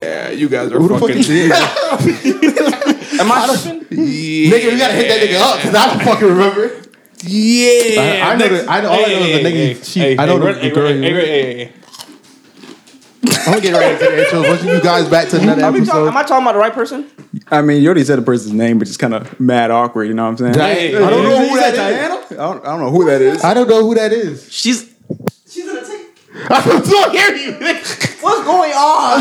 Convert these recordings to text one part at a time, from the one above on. Nah, you guys are Who the fuck fucking. is he? Am I tripping? yeah. Nigga, we gotta hit that nigga up because I don't fucking remember. I- Yeah. I know Next- the- I know- all I know is the nigga- she- I know the- run- the hey, girl run- you- hey, hey, hey, hey. I'm gonna get right into the intro. Pushing you guys back to another Are we talking- episode. Am I talking about the right person? I mean, you already said the person's name, but it's kind of mad awkward. You know what I'm saying? Hey, I don't know who that is. I don't, I don't know who that is. I don't know who that is. She's she's in a I don't hear you. What's going on?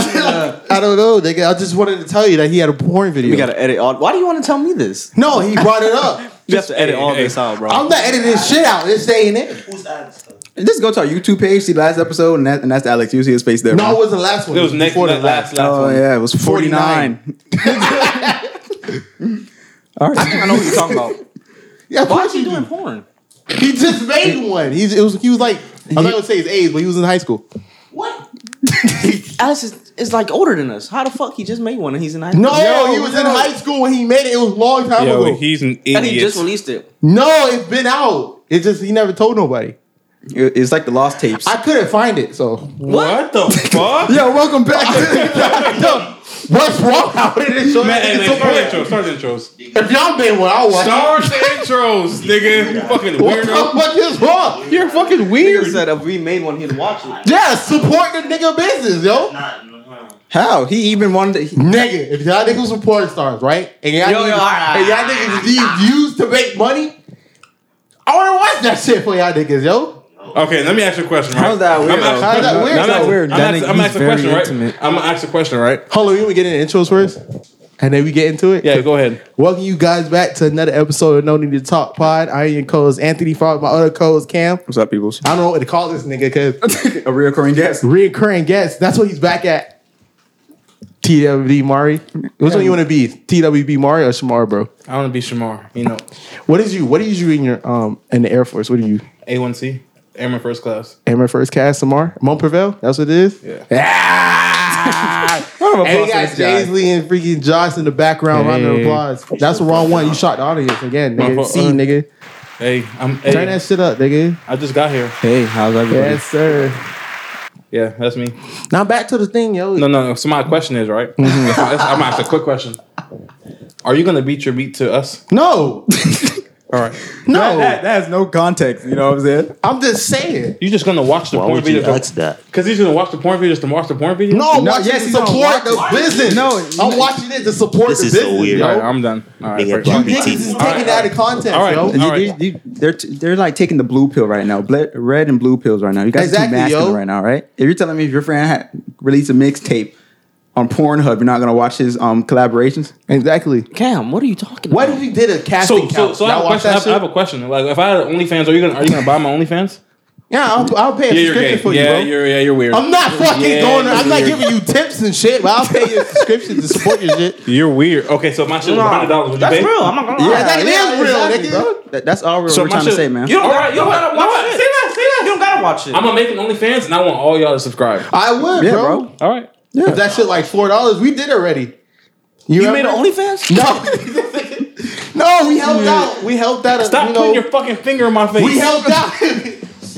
I don't know, nigga. I just wanted to tell you that he had a porn video. we gotta edit all. Why do you want to tell me this? no, he brought it up. You have to edit all this out, bro. I'm not editing this shit out. This ain't it. Just go to our YouTube page, see last episode, and, that, and that's Alex. You see his face there. No, bro. it was the last one. it was next before last last, last oh one. yeah, it was 49. 49. All right. I know what you're talking about. Yeah, of Why course is he he do. doing porn? He just made one. He's it was he was like I'm not gonna say his age, but he was in high school. What? Alex is, is like older than us. How the fuck he just made one and he's in high No, Yo, he was in yo. high school when he made it. It was a long time Yo, ago. he's an And he just idiot. released it. no, it's been out. It's just he never told nobody. It- It's like the lost tapes. I couldn't find it. So What the fuck? Yo, welcome back. to- Yo, what's wrong out in this show? Man, hey, It's man, so start the bad. intros. Start the intros. If y'all made one, I'll watch. it. Start the intros, nigga. You fucking What the weirdo. fuck is wrong? You're fucking weird. said if we made one, he'd watch it. Yeah, support the nigga business, yo. Ah, How he even wanted to? He, Nigga, if y'all niggas were porn stars, right? And y'all, Yo, niggas, yo, all right. and y'all niggas need views to make money, I wanna watch that shit for y'all niggas, yo. Okay, let me ask you a question. Right? How's that weird, I'm though? How's that weird, I'm though? asking- Weird. I'm That asking- nigga- I'm he's asking a question, very right? intimate. I'm gonna ask a question, right? Hold on, we gonna get into intros first, and then we get into it. Yeah, go ahead. Welcome you guys back to another episode of No Need to Talk Pod. I am your co-host Anthony, followed by my other co-host Cam. what's up, peoples? I don't know what to call this nigga because A recurring guest. reoccurring guest. That's what he's back at. TWB Mari. Which one you want to be? TWB Mari or Shamar, bro? I want to be Shamar. You know, What is you? What is you in your um in the Air Force? What are you? A1C, Airman First Class. Am I first cast Samar? Mont Prevail? That's what it is? Yeah. Round of And we applause, got for this guy. Jaisley and freaking Josh in the background. Round of Hey. applause. That's the wrong one. You shot the audience again, My nigga. fault. C, nigga. Hey, I'm. Turn Hey, that shit up, nigga. I just got here. Hey, how's everybody? Yes, sir. Yeah, that's me. Now back to the thing, yo. No, no, no. So my question is, right? Mm-hmm. That's- that's- I'm gonna ask a quick question. Are you gonna beat your beat to us? No. All right. No. That, that, that has no context. You know what I'm saying? I'm just saying. You just gonna watch the porn videos? That's that. Because he's gonna watch the porn videos to watch the porn videos. No, I'm No, watching yes, to he's on support the watch- business. No, I'm watching it to support This the is so business. weird. Yo. All right, I'm done. All right. Big great. head Niggas is taking it out of context, All right. yo. All right. You- you- they're t- they're like taking the blue pill right now, Ble- red and blue pills right now. You guys are too Exactly, yo. masculine right now, right? If you're telling me if your friend had released a mixtape on Pornhub, you're not gonna watch his um collaborations. Exactly. Cam, what are you talking What about? if you did a casting So, so, couch? so I, have Y'all watch a question. I, that have, I shit? have a question. Like, if I had OnlyFans, are you gonna are you gonna buy my OnlyFans? Yeah, I'll, I'll pay a Yeah, you're subscription gay. for yeah, you, bro. you're yeah, you're weird. I'm not fucking Yeah, going. I'm not you're- giving you tips and shit, but I'll pay you a subscription to support your shit. You're weird. Okay, so my shit was hundred dollars. Would you That's pay? real. I'm not gonna lie. Yeah, that is real, nigga. That- that's all we're, So we're my trying shit- to say, man. You don't All gotta, right, you don't gotta watch it. Say that. Say that. You don't gotta watch it. I'm gonna make an OnlyFans, and I want all y'all to subscribe. I would, yeah, bro. bro. All right. If that shit like four dollars, we did already. you made remember? an OnlyFans? No, no, we helped out. We helped out. A, Stop you know, putting your fucking finger in my face. we helped out.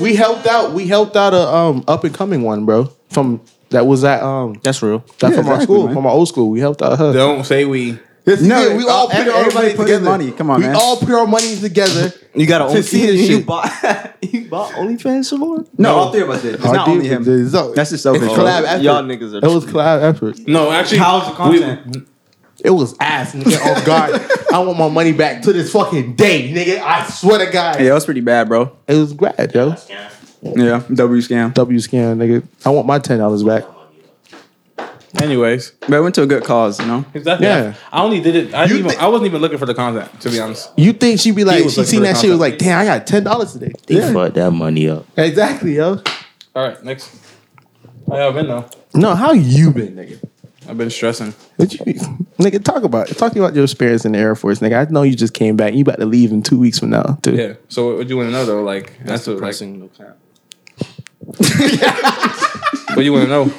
we helped out. We helped out a um up and coming one, bro. From that was that um That's real. that Yeah, from our exactly, school, man. from our old school. We helped out her. Don't say we. This is No, it. we all put every- our everybody money put together. in money. Come on, we man. all put our money together. You got To see this You shit. bought you bought OnlyFans some more? no, all three of us did. It's Our not dude only him. did it. So- That's just selfish, It's bro. collab effort. Y'all niggas are It was collab effort. No, actually, How's the content? we- It was ass, nigga. Oh God, I want my money back to this fucking day, nigga. I swear to God, Yeah, that was pretty bad, bro. it was bad, yo. Yeah, W scam. W scan, nigga. I want my ten dollars back. anyways, But it went to a good cause, you know. exactly. Yeah. I only did it. I, You didn't even, thi- I wasn't even looking for the content, to be honest. You think she'd be He like, was she looking seen for that shit was content. like, damn, I got ten dollars today. They Yeah. fucked that money up. Exactly, yo. All right, next. How y'all been though? No, how you been, nigga? I've been stressing. What you, nigga, talk about talk about your experience in the Air Force, nigga. I know you just came back. You about to leave in two weeks from now, too. Yeah. So what, what you want to know though? Like that's, what. Like, Pressing no cap. what you want to know?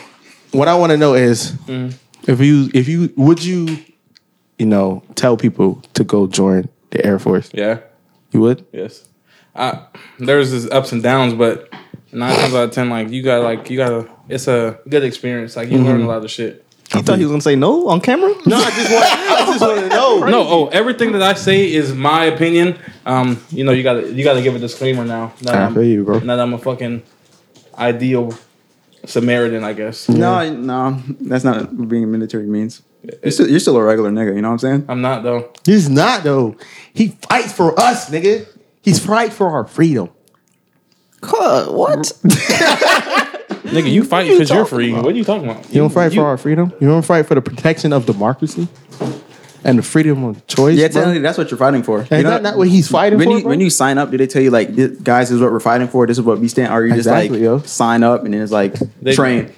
What I want to know is if you if you would you you know tell people to go join the Air Force? Yeah. You would? Yes. I, there's this ups and downs, but Mm-hmm. nine times out of ten, like you got like you got a it's a good experience. Like you learn a lot of shit. You thought he was gonna say no on camera? No, I just want. I just want to know. No, oh, everything that I say is my opinion. Um, you know, you gotta you gotta give a disclaimer now. That I I'm- feel you, bro. Now that I'm a fucking ideal Samaritan, I guess. No, no, that's not what being a military means. You're still, you're still a regular nigga. You know what I'm saying? I'm not though. He's not though. He fights for us, nigga. He's fight for our freedom. Huh, what? Nigga, you fight because you're free. What are you talking about? You don't fight for our freedom. You don't fight for the protection of democracy and the freedom of choice. Yeah, bro? technically, that's what you're fighting for. Ain't you that not what he's fighting when for, You, bro? when you sign up, do they tell you like, "This- guys, this is what we're fighting for? This is what we stand. Or you just like Exactly, yo. sign up and then it's like They- train.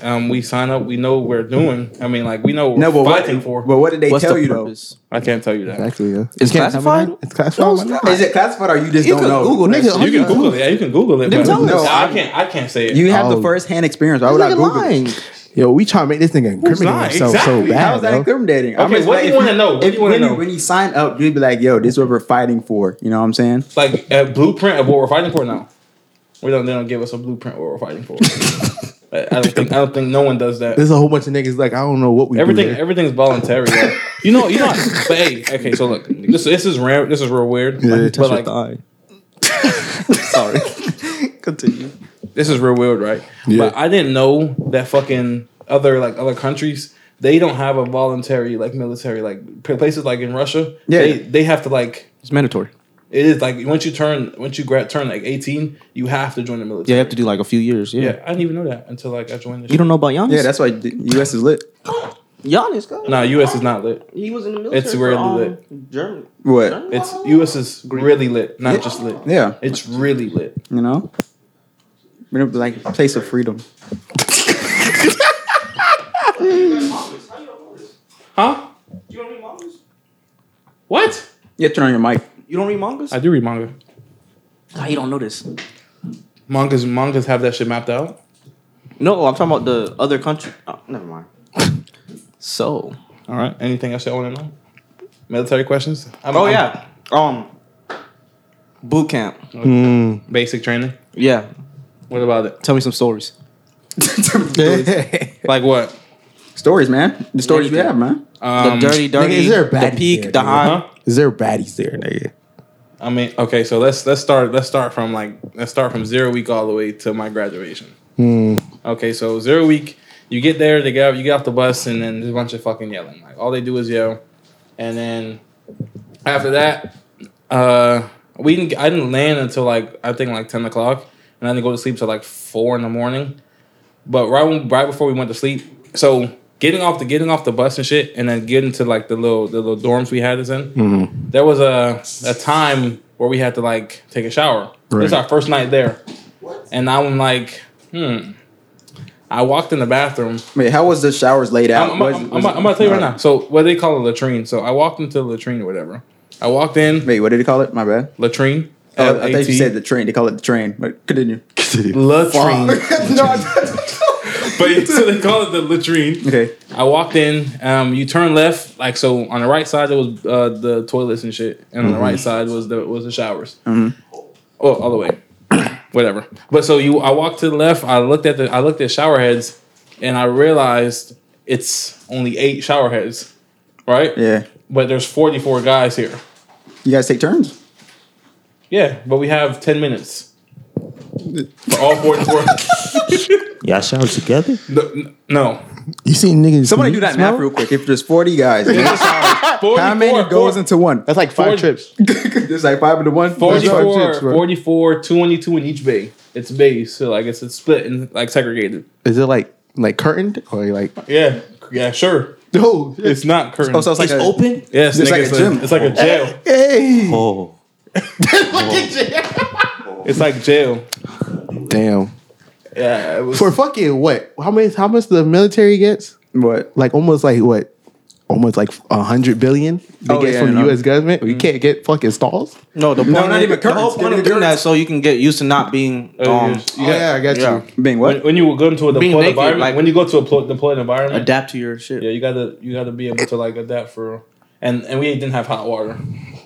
Um, we sign up. We know what we're doing. I mean, like we know what No, but we're fighting what, for. but what did they What's tell the you purpose? I can't tell you that. Exactly. Yeah. It's You can't have classified? it? It's classified. it's why not? though? Is it classified or you just You don't could know? Google that Nigga, shit. are You can Google it. Yeah, you can Google it. but- tell no, us. I can't. I can't say it. You have Oh. the first hand experience. Why would I Nigga Google it? lying. Yo, we trying to make this nigga incriminate lying? himself so Exactly. bad. How is that bro. incriminating? I'm Okay, just what like, do you if wanna know? What if- do you wanna when know? when you sign up, you'd be like, yo, this is what we're fighting for. You know what I'm saying? like a blueprint of what we're fighting for now. We don't. They don't give us a blueprint of what we're fighting for. I I don't think. I don't think no one does that. There's a whole bunch of niggas like I don't know what we Everything. Do here. Everything's voluntary. Like, you know. You know. But hey. Okay. So look. This. This is rare. This is real weird. but like, Sorry. Continue. this is real weird, right? Yeah. But I didn't know that fucking other like other countries they don't have a voluntary like military like p- places like in Russia. Yeah. They they have to like. It's mandatory. It is like once you turn once you grad turn like eighteen, you have to join the military. Yeah, you have to do like a few years. Yeah. Yeah, I didn't even know that until like I joined. This You don't know about Giannis? Yeah, that's why the U.S. is lit. Giannis. Guys. Nah, US is not lit. He was in the military. It's where for, they um, Germany. What? It's US is really lit, not just lit. Yeah, It's really lit. you know, we don't like place of freedom. Huh? You don't read mangas? What? Yeah, turn on your mic. You don't read mangas? I do read manga. How you don't know this? Mangas mangas have that shit mapped out. No, I'm talking about the other country. Oh, never mind. so. All right. Anything else y'all want to know? Military questions? I'm- Oh I'm- yeah. Um. Boot camp. Mm. Basic training. Yeah. What about it? Tell me some stories. Like what? Stories, man. The stories you Anything. have, man. The Um, dirty, dirty. nigga, is there a the baddie peak, there, the nigga? high. Huh? Is there baddies there, nigga? I mean, okay, so let's let's start let's start from like let's start from zero week all the way to my graduation. Okay, so zero week, you get there, they get out, you get off the bus, and then there's a bunch of fucking yelling. Like all they do is yell, and then after that, uh, we didn't. I didn't land until like I think like ten o'clock, and I didn't go to sleep till like four in the morning. But right when, right before we went to sleep, so getting off the getting off the bus and shit, and then getting to like the little the little dorms we had us in there was a a time where we had to like take a shower. This is Right. our first night there, and I'm like, hmm. I walked in the bathroom. Wait, how was the showers laid out? I'm, I'm, Was- I'm- was- I'm- I'm gonna tell you right now. So what they call a latrine. So I walked into the latrine or whatever. I walked in Wait, what did they call it? My bad. latrine. Oh, I thought you L-A-T, said the train. They call it the train, but continue. latrine, no, I- but so they call it the latrine. okay. I walked in. Um, you turn left, like so. On the right side, there was uh, the toilets and shit, and on the Mm-hmm. right side was the was the showers. Oh, all the way, whatever. But so you, I walked to the left. I looked at the, I looked at shower heads, and I realized it's only eight shower heads, right? Yeah, But there's 44 guys here. you guys take turns. Yeah, but we have 10 minutes for all 44. Y'all shower together? no, no, You seen niggas? Somebody do that smell? math real quick. Mm-hmm. If there's 40 guys, how 44, many goes four- into one? That's like five Forty- trips. There's like five into one. There's five 44, chips, bro. 44, 22 in each bay. It's bays, so I guess it's split and like segregated. Is it like like curtained or like? Yeah, yeah, sure. No, It's not curtain. Oh, so it's like It's a- open. yes, it's nigga, like a it's, gym. A, it's like a jail. hey. Oh. It's like jail. Damn. Yeah, it was For fucking what? How many? How much the military gets? What? Like almost like what? Almost like a hundred billion they Oh, get yeah, from the no. U.S. government. You can't get fucking stalls. No, the point not of- even the whole curtains. Give point me of the doing that curtains. so you can get used to not being Oh, um, yes. You got- I got yeah. Being when, what? when you go into a Being deployed naked, environment. like- when you go to a pl- deployed environment, adapt to your shit. yeah, you gotta you gotta be able to like adapt for. And and we didn't have hot water.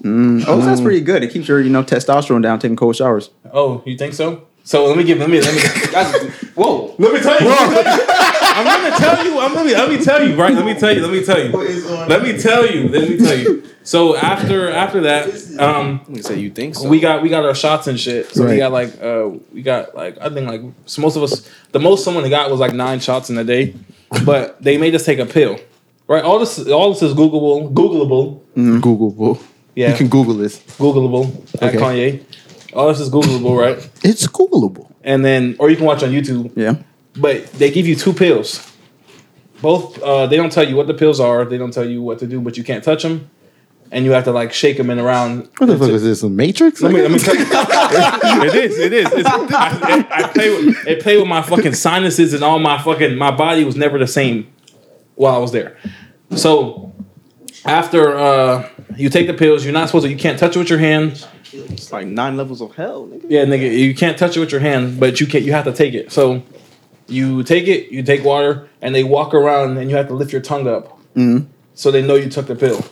Oh, so that's pretty good. It keeps your you know testosterone down, taking cold showers. Oh, you think so? So let me give let me let me That's, whoa. let me tell you. I'm gonna tell you. I'm gonna let me tell you. Right. Let me tell you. Let me tell you. Let me tell you. Let me tell you. So after after that, um, You say you think so? we got we got our shots and shit. So we Right. got like uh we got like I think like so most of us the most someone got was like nine shots in a day, but they made us take a pill. Right. All this all this is Googleable. Googleable. Googleable. Yeah. You can Google this. Googleable at Okay. Kanye. All this is Googleable, right? It's Googleable. And then or you can watch on YouTube. Yeah. But they give you two pills. Both uh, they don't tell you what the pills are. They don't tell you what to do, but you can't touch them, and you have to like shake them in around. What the fuck is this? A Matrix? Let me, let me tell you. it is. It is. It's, I, I, I play with, it played with my fucking sinuses and all my fucking. My body was never the same while I was there. So after uh, you take the pills, you're not supposed to. You can't touch it with your hand. It's like nine levels of hell, nigga. Yeah, nigga, you can't touch it with your hand, but you can not You have to take it. So you take it, you take water, and they walk around, and you have to lift your tongue up so they know you took the pill.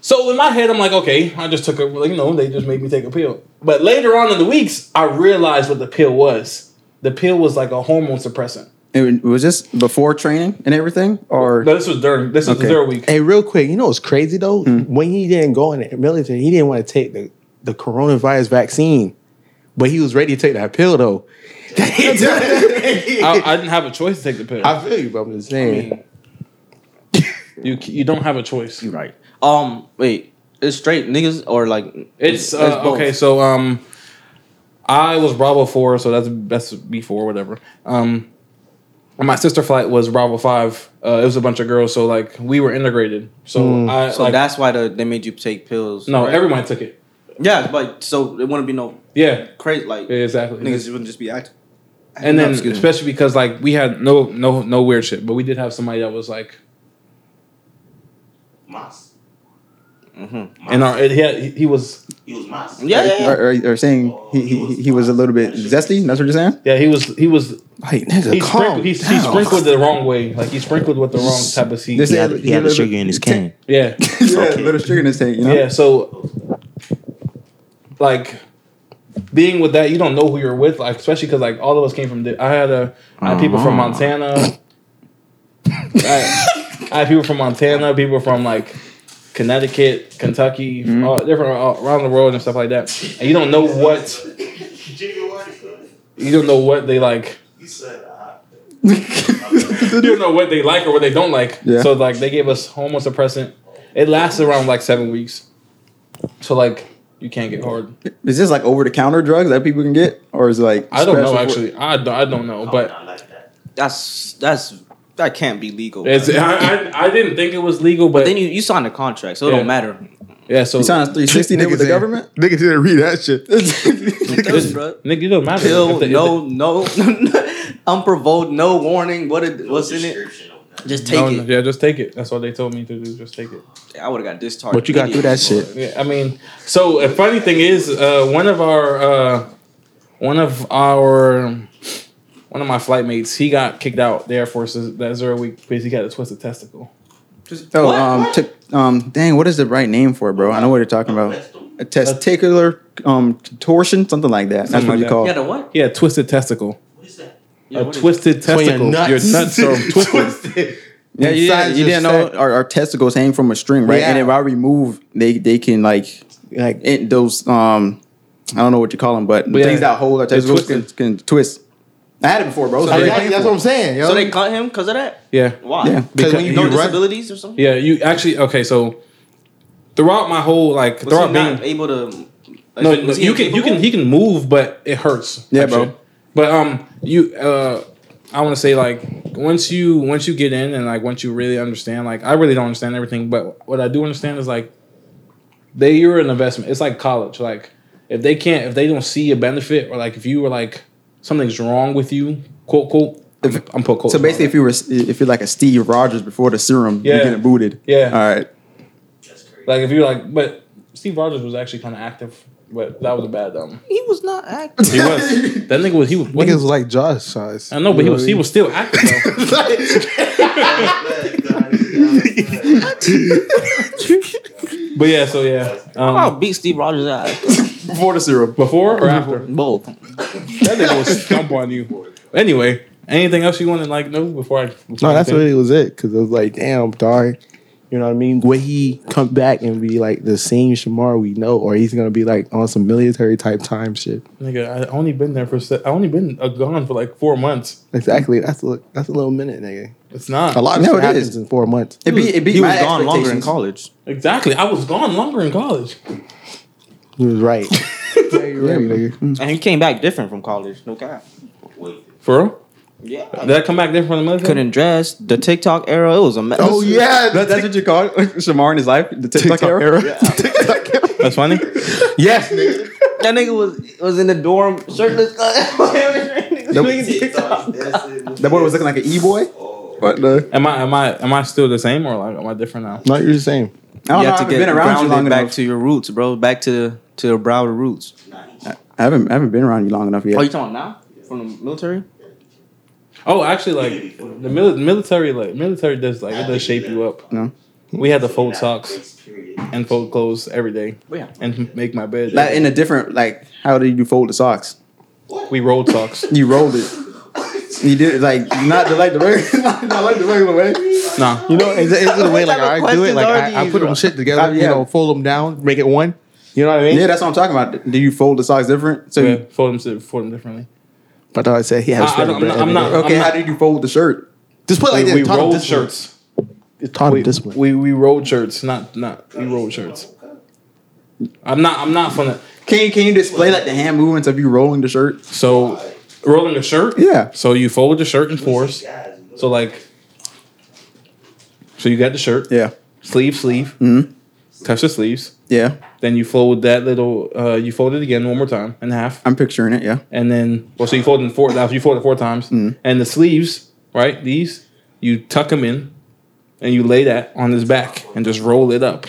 So in my head, I'm like, okay, I just took a, like, you know, they just made me take a pill. But later on in the weeks, I realized what the pill was. The pill was like a hormone suppressant. It was this before training and everything, or No, this was during this was Okay. their week. Hey, real quick, you know what's crazy though? When he didn't go in the military, he didn't want to take the, the coronavirus vaccine, but he was ready to take that pill though. I, I didn't have a choice to take the pill. I feel you, but I'm just saying. you you don't have a choice. Right. Um, wait. It's straight niggas or like It's, uh, both. okay. So um, I was Bravo four, so that's that's before whatever. Um, and my sister flight was Bravo five. Uh, it was a bunch of girls, so like we were integrated. So I Hmm. So uh, like that's why the, they made you take pills. no, right? everyone took it. Yeah, but so it wouldn't be no Yeah, crazy like yeah, exactly. niggas wouldn't just be acting. and no, then excuse me. especially because like we had no no no weird shit, but we did have somebody that was like Mas. Mm-hmm. in our he had, he, he was He was Mas. Yeah, yeah, yeah. or, or, or saying he, he he was a little bit zesty. That's what you're saying. yeah he was he was Like, nigga, he calm sprinkled he, down. he sprinkled the wrong way like he sprinkled with the wrong type of seed. This He had, is- he had a the little- sugar in his can. yeah. Yeah, a little sugar in his tank. You know? Yeah, so like being with that, you don't know who you're with, like especially because like all of us came from. Di- I had a I had people from Montana. I, I had people from Montana, people from like Connecticut, Kentucky, all different all around the world and stuff like that. And you don't know what Jigga, what he said? you don't know what they like. He said, ah. You don't know what they like or what they don't like. Yeah. So like they gave us homosuppressant. It lasted around like seven weeks. So like you can't get hard. Is this like over the counter drugs that people can get, or is it like I don't know special for- actually. I don't, I don't know, I would but not like that. That's that's that can't be legal. it's, I, I I didn't think it was legal, but, But then you, you signed a contract, so it Yeah. don't matter. yeah. So You signed a 360 deal with the ain't- government. Niggas didn't read that shit. Pills, bro. Nick, you don't matter. Pill, If the- if no, no, unprovoked, no warning. What it, what's in it? Description of that. Just the- take no, it. Yeah, just take it. That's what they told me to do. Just take it. I would have got discharged. But you got through that immediately. shit. Yeah, I mean, so a funny thing is, uh, one of our, uh, one of our, one of my flight mates, he got kicked out the Air Force is- that zero week because he got a twisted testicle. Oh, What? um, What? tip- um, dang, what is the right name for it, bro? I know what you're talking about. A testicular um torsion, something like that. That's Something what like you that. call. Yeah, it. the what? Yeah, twisted testicle. What is that? Yeah, a what is- twisted testicle. Your nuts are twisted. Yeah, you, Inside didn't- you your didn't know sack. our, our testicles hang from a string, right? And Yeah. if I remove, they they can like Like, it, those um, I don't know what you call them, but the Yeah. things that hold our They're testicles can, can twist. I had it before, bro. It was So they- very that's, that's painful. what I'm saying, yo. So they cut him because of that? Yeah. Why? Yeah. because because when you, No you run, disabilities or something? Yeah, you actually okay. So throughout my whole like Was throughout he being not able to? like, no, was he you can you incapable? can he can move, but it hurts. Yeah, like bro. shit. But um, you uh, I want to say like once you once you get in and like once you really understand, like I really don't understand everything, but what I do understand is like they you're an investment. It's like college. Like if they can't if they don't see a benefit or like if you were like something's wrong with you, quote quote. I'm, I'm put quote. So basically, if you were if you're like a Steve Rogers before the serum, Yeah. you're getting booted. Yeah. All right. That's crazy. like if you're like, but Steve Rogers was actually kind of active, but that was a bad um. He was not acting. He was. That nigga was. He was. niggas was like Josh size. I know, but he was. He was still active. Though. But yeah. So yeah. I'll Um, beat Steve Rogers out. Before the serum. before or after? Both. That nigga was stump on you. Anyway, Anything else you want to like know before I? before No, I that's finish? really was it. Cause it was like, damn, dog. You know what I mean? Would he come back and be like the same Shamar we know, or he's gonna be like on some military type time shit? Nigga, I only been there for. Se- I only been uh, gone for like four months. Exactly. That's a that's a little minute, nigga. It's not A lot of No, it shit happens is. in four months. It be, it be he my was gone longer in expectations. college. exactly. I was gone longer in college. He was right. yeah, you're right, nigga. And he came back different from college. No cap. Wait. For real? Yeah. Did I come back there from the military? Couldn't dress. The TikTok era. It was a mess. Oh yeah, that's, what you call it, Shamar in his life, the TikTok, TikTok era. era. That's funny. yes, nigga. That nigga was was in the dorm shirtless. That boy was looking like an e boy. Oh, But uh, Am I am I am I still the same or like am I different now? No, you're the I same. don't you know. I have to haven't get been around you long grounded back enough. to your roots, bro. Back to to the broader roots. I haven't, I haven't been around you long enough yet. Oh, you talking now from the military? Oh, actually, like the mil- military, like military does like it does shape you up. No. We had to fold socks and fold clothes every day Yeah. and make my bed. like in a different, like, how did you fold the socks? we rolled socks. You rolled it. You did it like not the, like the regular, not like the regular way. nah, You know, it's, it's the way like What type of I do it. Like questions are I, I these, put bro? them shit together, Uh, you yeah. know, fold them down, make it one. You know what I mean? Yeah, that's what I'm talking about. Do you fold the socks different? So yeah, you, fold them fold them differently. But I thought I said he had a I- I straight don't- I'm bread, not- I'm nigga. not- okay, how did you fold the shirt? Just put it like We, this. we taught him rolled discipline. shirts. It's taught him discipline. We we rolled shirts. Not not we rolled shirts. I'm not I'm not from the Can you can you display like the hand movements of you rolling the shirt? so rolling a shirt. Yeah. So you fold the shirt in fours. So like, so you got the shirt. Yeah, Sleeve sleeve. Touch the sleeves. yeah. Then you fold that little, uh, you fold it again one more time in half, I'm picturing it. Yeah, and then well, so you fold it in four. Now you fold it four times, and the sleeves, right? These you tuck them in, and you lay that on his back and just roll it up.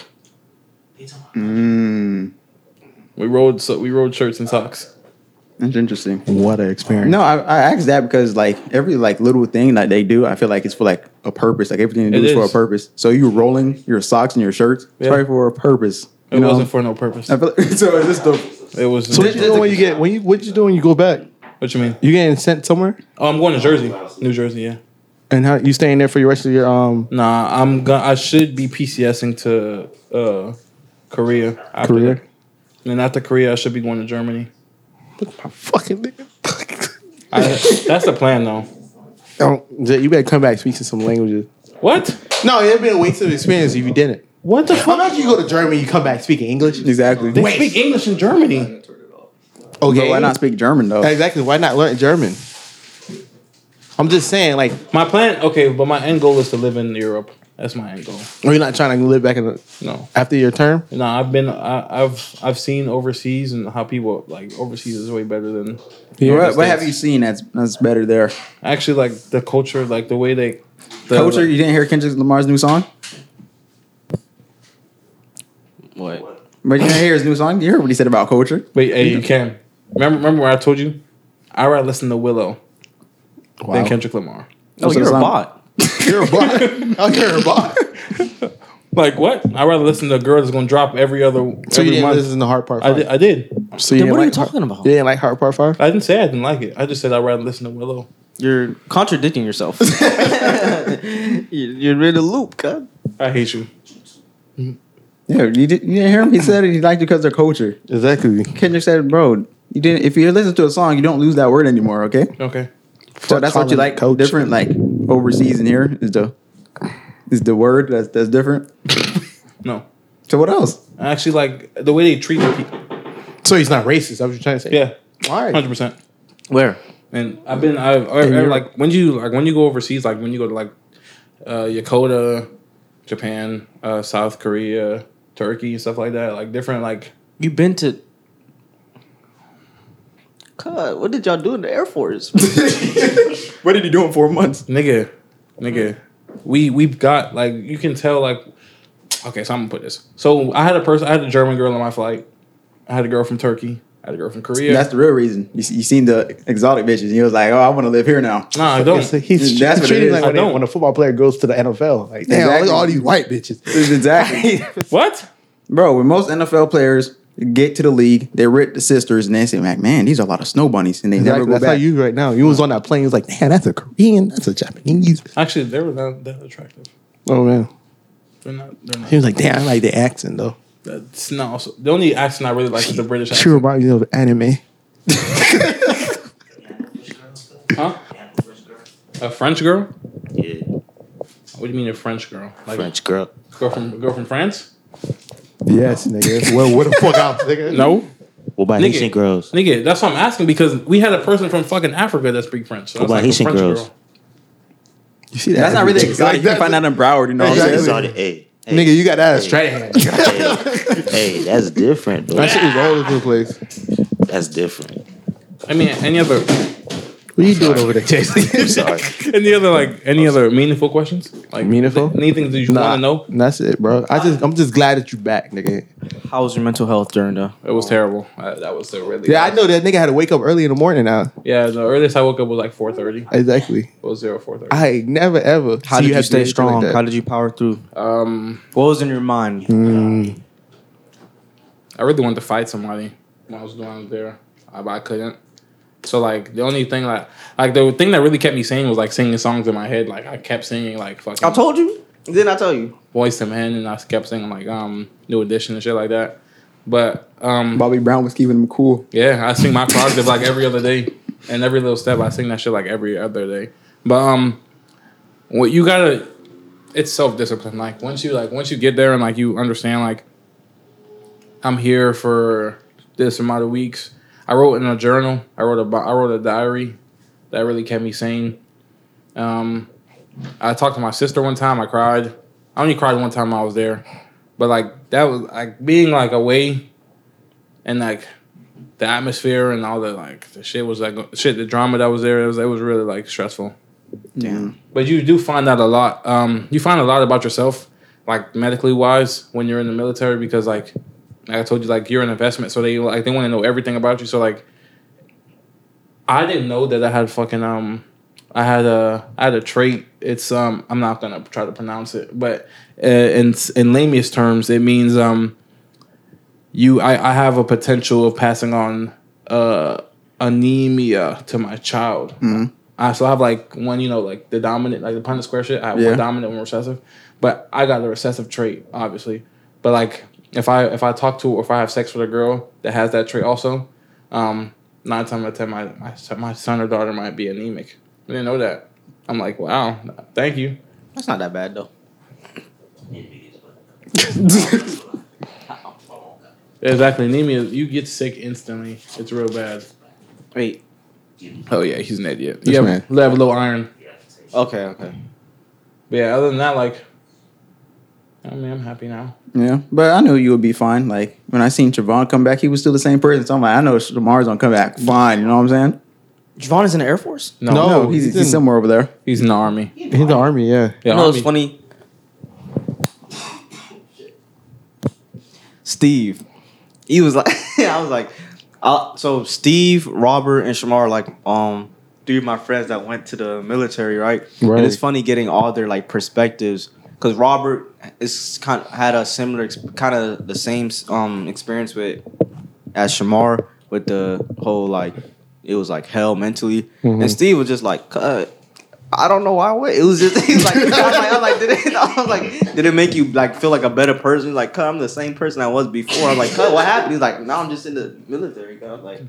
We rolled so we rolled shirts and socks. that's interesting. What an experience. No, I, I asked that because like every like little thing that they do, I feel like it's for like a purpose. Like everything they do It is, for a is. purpose. So you rolling your socks and your shirts, it's Yeah. probably for a purpose. It you know? wasn't for no purpose. I feel like, so is this the It was. So what you doing when you get when you what you doing? You go back. what you mean? You getting sent somewhere, Oh, I'm going to Jersey, New Jersey. Yeah. and how you staying there for the rest of your um Nah, I'm gonna. I should be PCSing to uh, Korea. after career? that. And after Korea, I should be going to Germany. My fucking nigga. I, that's the plan, though. Don't- Jay, you better come back speaking some languages. What? No, it'd be a waste of experience if you didn't. What the How fuck? about you go to Germany, you come back speaking English? exactly? They speak English in Germany. But Okay, why not speak German though? Exactly. Why not learn German? I'm just saying, like, My plan, okay, but my end goal is to live in Europe. That's my end goal. are you not trying to live back in the, No, after your term? no, I've been, I, I've, I've seen overseas and how people like overseas is way better than What, what have you seen that's that's better there? actually like the culture, like the way they, the, Culture, you didn't hear Kendrick Lamar's new song? What? But you didn't hear his new song? You heard what he said about culture. Wait, hey, you can. Remember, remember what I told you? I rather listen to Willow than Kendrick Lamar. No, What's Oh, you're a the song? bot. You're a bot. Oh, you're a bot. Like what? I rather listen to a girl that's gonna drop every other So you every didn't month. listen to Hard Part I Five. did, I did. So you Then didn't what are you like Hard- talking about? You didn't like Hard Part Five? I didn't say I didn't like it. I just said I'd rather listen to Willow. You're contradicting yourself. You- you're in a loop, cuz. I hate you. Yeah, you, did, you didn't hear him. He said he liked it because of culture. Exactly. Kendrick said, "Bro, you didn't. If you listen to a song, you don't lose that word anymore. Okay, Okay. so that's what you calling like. it culture. Different, like overseas and here is the is the word that's that's different. No. So what else? I actually like the way they treat the people. So he's not racist. I was trying to say. Yeah, All right. hundred percent. Where? And I've been I, I, I like when you like when you go overseas, like when you go to like uh, Yakota, Japan, uh, South Korea, Turkey, and stuff like that. Like different like You been to? Cuz, what did y'all do in the Air Force? What did he do in four months? nigga, nigga. We we've got like you can tell like okay, so I'm gonna put this. So I had a person, I had a German girl on my flight. I had a girl from Turkey. I had a girl from Korea. That's the real reason. You, you seen the exotic bitches. And you was like, oh, I want to live here now. no, I It's don't. he's That's what it treating is. like I when, don't. when a football player goes to the NFL. Like, damn, look Exactly. at all these white bitches. Exactly, What? bro. With most NFL players, get to the league. They rip the sisters, and they say, like, man, these are a lot of snow bunnies, and they never Exactly. go That's back. how you right now. You was on that plane. You was like, man, that's a Korean. That's a Japanese. Actually, they were not that attractive. Oh man. They're not. They're not. He was like, damn, I like the accent though. That's not also, the only accent I really like is the British She accent. reminds me of anime. Huh? A French girl? Yeah. What do you mean a French girl? Like French girl. girl from girl from France? Yes, nigga. Well, where the fuck out, nigga? No. What about Nigga. Haitian girls? Nigga, that's what I'm asking because we had a person from fucking Africa that speak French. So What that's about like a Haitian French girls? girl. You see that? That's not really accent? exotic. You can find that in Broward, you know. what I'm Exactly. saying? Exotic- Hey, hey, Nigga, you got that straight hand. hey, hey, that's different, though. That shit is all over the place. That's different. I mean, any other, What you doing over there, Jason? Sorry. any other like any other meaningful questions? Like Meaningful? th- anything that you want to know? That's it, bro. I just, I'm just glad that you back, nigga. How was your mental health during the? It was terrible. I, that was a really Yeah, I know that nigga had to wake up early in the morning now. Yeah, the earliest I woke up was like 4:30. It Exactly. was zero 4:30. I never ever. How see did you, have to do stay anything strong? like that. How did you power through? um, What was in your mind? Mm. I really wanted to fight somebody when I was doing there, uh, but I couldn't. So like the only thing like like the thing that really kept me singing was like singing songs in my head. Like I kept singing like fucking I told you. Then I tell you. voice to man, and I kept singing like um New Edition and shit like that. But um Bobby Brown was keeping them cool. yeah, I sing my project like every other day, and every little step I sing that shit like every other day. But um, what you gotta, it's self discipline. Like once you like once you get there and like you understand like, I'm here for this amount of weeks. I wrote in a journal. I wrote a bi- I wrote a diary that really kept me sane. Um, I talked to my sister one time. I cried. I only cried one time I was there, but like that was like being like away, and like the atmosphere and all the like the shit was like shit the drama that was there it was it was really like stressful Damn. but you do find out a lot um you find a lot about yourself like medically wise when you're in the military because like like I told you like you're an investment so they like they want to know everything about you so like I didn't know that I had fucking um I had a I had a trait it's um I'm not gonna try to pronounce it but uh, in in lamest terms it means um you I, I have a potential of passing on uh anemia to my child. I still have like one, you know, like the dominant, like the Punnett square shit. I have Yeah. one dominant, one recessive, but I got the recessive trait, obviously. But like, if I if I talk to or if I have sex with a girl that has that trait, also, um, nine times out of ten, my my son- my son or daughter might be anemic. I didn't know that. I'm like, wow, thank you. That's not that bad though. Exactly, anemia. You get sick instantly. It's real bad. Wait. Oh yeah, he's an idiot. This Yeah, man. have, you have low iron. Okay. Okay. But yeah, other than that, like, I mean, I'm happy now. Yeah, but I knew you would be fine. Like when I seen Javon come back, he was still the same person. So I'm like, I know Jamar's gonna come back fine. You know what I'm saying? Javon is in the Air Force. No. No, No, he's, Oh, he's he's in- somewhere over there. he's in the army. He's the army, yeah. Yeah, you know, it's army. funny. Steve, he was like, I was like, I, so Steve, Robert, and Shamar, are like, um, three of my friends that went to the military, right? Right. And it's funny getting all their like perspectives because Robert is kind of had a similar, ex- kind of the same um experience with as Shamar with the whole like it was like hell mentally, Mm-hmm. and Steve was just like, "Cut." I don't know why I went. It was just he was like, I was like, I was like, did it? I was like, did it make you like feel like a better person? He's like, "Cut, I'm the same person I was before. I'm like, "Cut, what happened? He's like, now I'm just in the military. Cut. I'm like,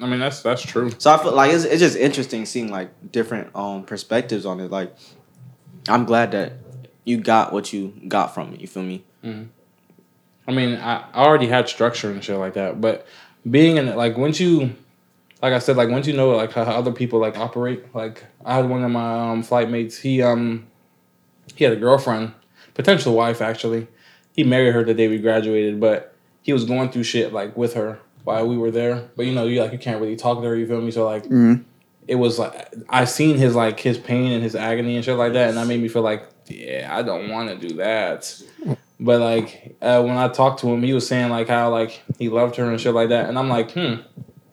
I mean, that's that's true. so I feel like it's, it's just interesting seeing like different um perspectives on it. Like, I'm glad that you got what you got from it. You feel me? I mean, I, I already had structure and shit like that, but being in like once you, like I said, like once you know like how, how other people like operate. Like I had one of my um, flight mates. He um, he had a girlfriend, potential wife actually. He married her the day we graduated, but he was going through shit like with her while we were there. But you know, you like you can't really talk to her. You feel me? So like. It was like I seen his like his pain and his agony and shit like that, and that made me feel like, yeah, I don't want to do that. But like uh, when I talked to him, he was saying like how like he loved her and shit like that, and I'm like, hmm,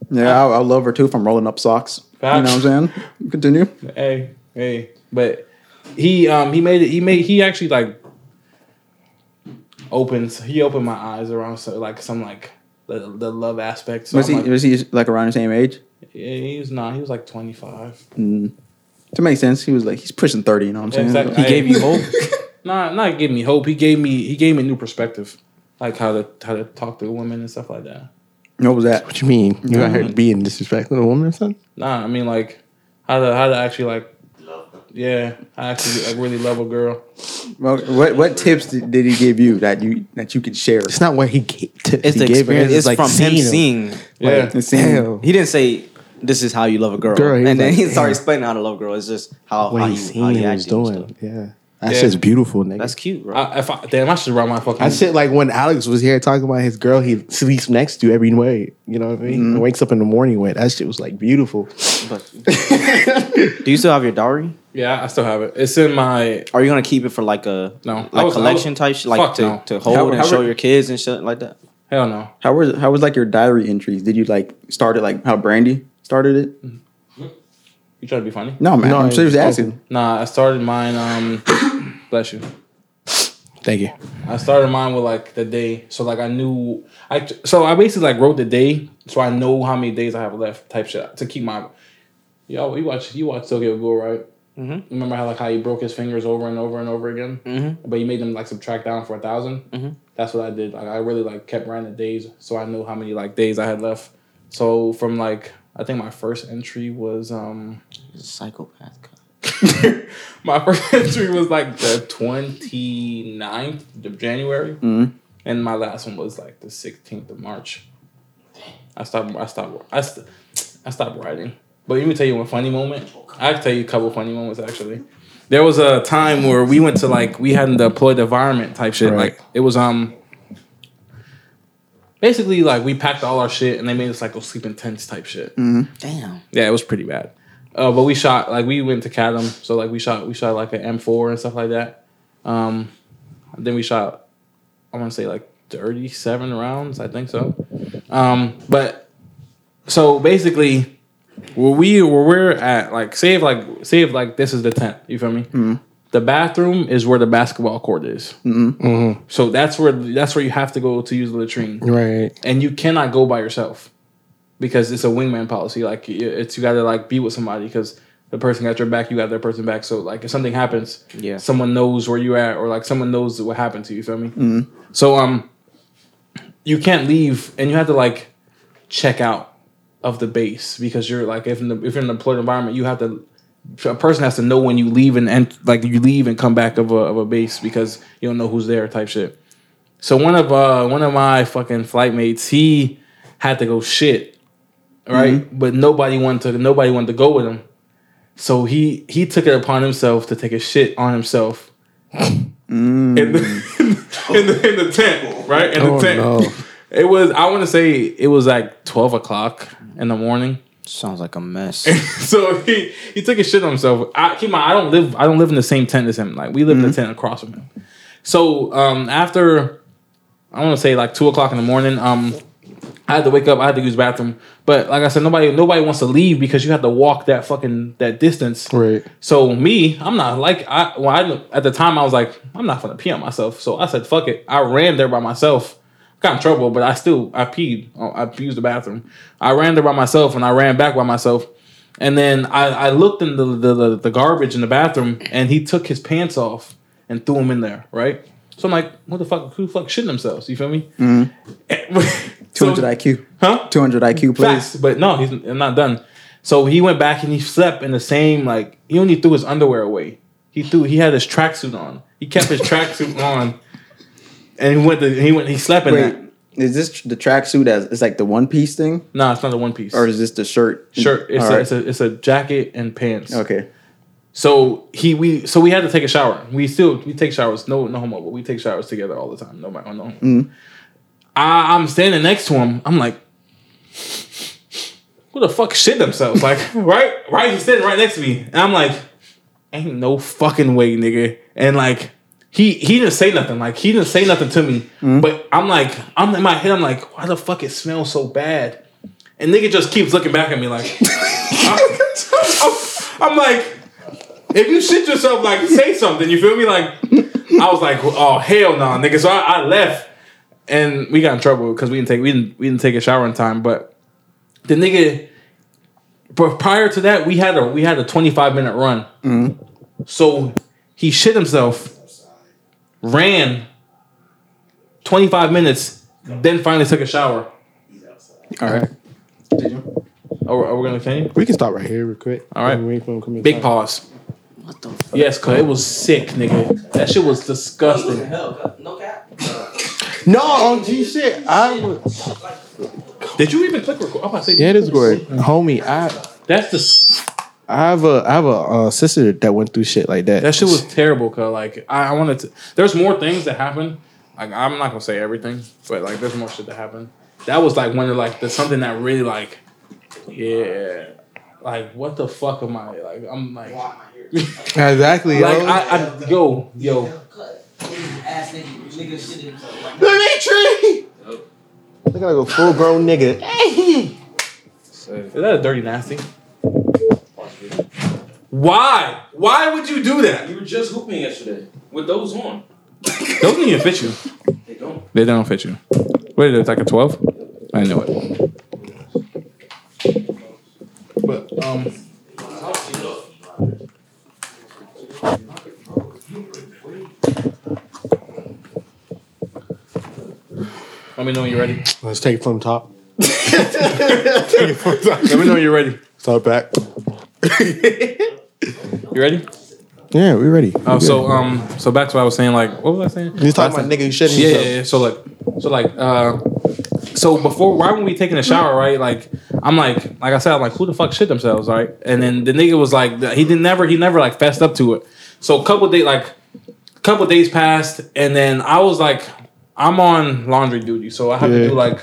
Yeah, I, Ah. I love her too from rolling up socks. You know Facts. what I'm saying? Continue. hey, hey. But he um he made it. He made he actually like opens. He opened my eyes around so like some like the, the love aspect. So Was I'm he like, was he like around the same age? yeah, he was not. He was like 25. Mm. To make sense, he was like he's pushing thirty. You know what I'm saying? Exactly. He gave you hope. Nah, not gave me hope. He gave me he gave me a new perspective, like how to how to talk to women and stuff like that. What was that? What you mean? You out here Mm. being disrespectful to a woman or something? Nah, I mean like how to how to actually like Love them. yeah, I actually I really love a girl. Well, What what tips did, did he give you that you that you could share? It's not what he gave. To, It's he the gave her, experience. It's like from him her. seeing. Yeah, It's saying- Damn. He didn't say this is how you love a girl, Girl, he and was then like, he started "Damn." explaining how to love a girl. It's just how how what he, he how seen he he was acted and stuff. doing. Yeah, that Yeah. shit's beautiful, nigga. That's cute, bro. I, if I, damn, I should run my fucking. I said like when Alex was here talking about his girl he sleeps next to every night. You know what I mean? Mm-hmm. And wakes up in the morning with that shit was like beautiful. but, do you still have your diary? Yeah, I still have it. It's in my Are you gonna keep it for like a No. like I was- I collection was- type shit, like fuck to, no. to hold How- and how show re- your kids and shit like that? hell no. How was how was like your diary entries? Did you like start it like how Brandy started it? You trying to be funny? No man, No, I'm it- seriously asking. Nah, I started mine. Um, bless you. Thank you. I started mine with like the day, so like I knew I. So I basically like wrote the day, so I know how many days I have left. Type shit to keep my. Yo, you watch you watch Tokyo Ghoul, right? Mhm. Remember how like how he broke his fingers over and over and over again, mm-hmm. but you made them like subtract down for a 1000 Mhm. That's what I did. Like I really like kept writing the days, so I knew how many like days I had left. So from like I think my first entry was um He's a psychopath. my first entry was like the 29th of January, Mhm. and my last one was like the 16th of March. I stopped. I stopped. I, st- I stopped writing. But let me tell you one funny moment. I can tell you a couple funny moments actually. There was a time where we went to like we had an deployed environment type shit. Right. Like it was um. Basically, like we packed all our shit, and they made us like go sleep in tents type shit. Damn. Yeah, it was pretty bad. Uh, but we shot like we went to Cadam, so like we shot we shot like an M four and stuff like that. Um, then we shot I want to say like thirty seven rounds, I think so. Um, but so basically, where we where we're at, like say if like say if like this is the tent, you feel me? The bathroom is where the basketball court is. Mhm. So that's where that's where you have to go to use the latrine Right. and you cannot go by yourself because it's a wingman policy. Like y- it's you got to like be with somebody because the person got your back, you got their person back. So like if something happens, Yeah. someone knows where you at or like someone knows what happened to you. Feel me? So um, you can't leave and you have to like check out of the base because you're like if in the, if you're in an employed environment, you have to. A person has to know when you leave and, and like you leave and come back of a of a base because you don't know who's there type shit. So one of uh one of my fucking flight mates, he had to go shit, right? Mm-hmm. But nobody wanted to nobody wanted to go with him. So he he took it upon himself to take a shit on himself. Mm. In, the, in, the, in the tent, right? In the Oh, tent. no. It was I want to say it was like 12 o'clock in the morning. Sounds like a mess. So he he took a shit on himself. I keep in mind, I don't live I don't live in the same tent as him. Like we live in the tent across from him. So um after I want to say like two o'clock in the morning, um I had to wake up, I had to use bathroom. But like I said, nobody nobody wants to leave because you have to walk that fucking that distance. Right. So me, I'm not like I when I at the time I was like I'm not gonna pee on myself. So I said fuck it. I ran there by myself. Got in trouble, but I still I peed. uh, I used the bathroom. I ran there by myself and I ran back by myself. And then I, I looked in the, the, the, the garbage in the bathroom and he took his pants off and threw them in there, right? So I'm like, what the fuck? Who the fuck shitting themselves? You feel me? Two So- hundred IQ. Huh? Two hundred IQ, please. Facts, but no, he's not done. So he went back and he slept in the same like he only threw his underwear away. He threw he had his tracksuit on. He kept his tracksuit on, and he went to he went he slept in Wait, that. is this tr- the tracksuit as it's like the one piece thing, No, it's not a one piece or is this the shirt? shirt. It's a, All right. it's a it's a jacket and pants. okay. So he we so we had to take a shower. We still we take showers. No no homo, but we take showers together all the time. No matter no. homo. I, I'm standing next to him. I'm like, who the fuck shit themselves? Like right right he's sitting right next to me, and I'm like, ain't no fucking way, nigga. And like he he didn't say nothing. Like he didn't say nothing to me. But I'm like I'm in my head. I'm like, why the fuck it smells so bad? And nigga just keeps looking back at me like, I'm- I'm- I'm like if you shit yourself, like say something. You feel me? Like I was like, oh hell no, nigga. So I, I left. and we got in trouble because we didn't take we didn't we didn't take a shower in time. But the nigga, but prior to that, we had a we had a twenty five minute run. Mm-hmm. So he shit himself, ran twenty five minutes, then finally took a shower. All right. Oh, are we gonna continue? We can stop right here real quick. All right. Wait for him to come Big inside. pause. What the fuck? Yes, cause it was sick, nigga. That shit was disgusting. Hell, no cap. No, on G shit. I was, Did you even click record? Oh, I said yeah, this is great. Homie, I That's the I have a I have a uh, sister that went through shit like that. that shit was terrible. Cause like I, I wanted to. There's more things that happen. Like I'm not gonna say everything, but like there's more shit that happened. That was like one of like the something that really like, yeah, like what the fuck am I like? I'm like, like exactly. yo. I, I yo yo. Dimitri! Look like a full grown nigga. Is that a dirty nasty? Why? Why would you do that? You were just hooping yesterday with those on. Those don't even fit you. They don't. They don't fit you. What is it? Like a twelve? I knew it. But um. Let me know when you're ready. Let's take it from the top. Let me know when you're ready. Start back. You ready? Yeah, we ready. Oh, so um, so back to what I was saying. Like, what was I saying? you talking Last about time. nigga? You shouldn't. yeah, yeah, yeah. So like, so like, uh, so before, why were we taking a shower, right? Like, I'm like, like I said, I'm like, who the fuck shit themselves, right? And then the nigga was like, he didn't never, he never like fessed up to it. So a couple day, like, couple days passed, and then I was like, I'm on laundry duty, so I have to Yeah. do like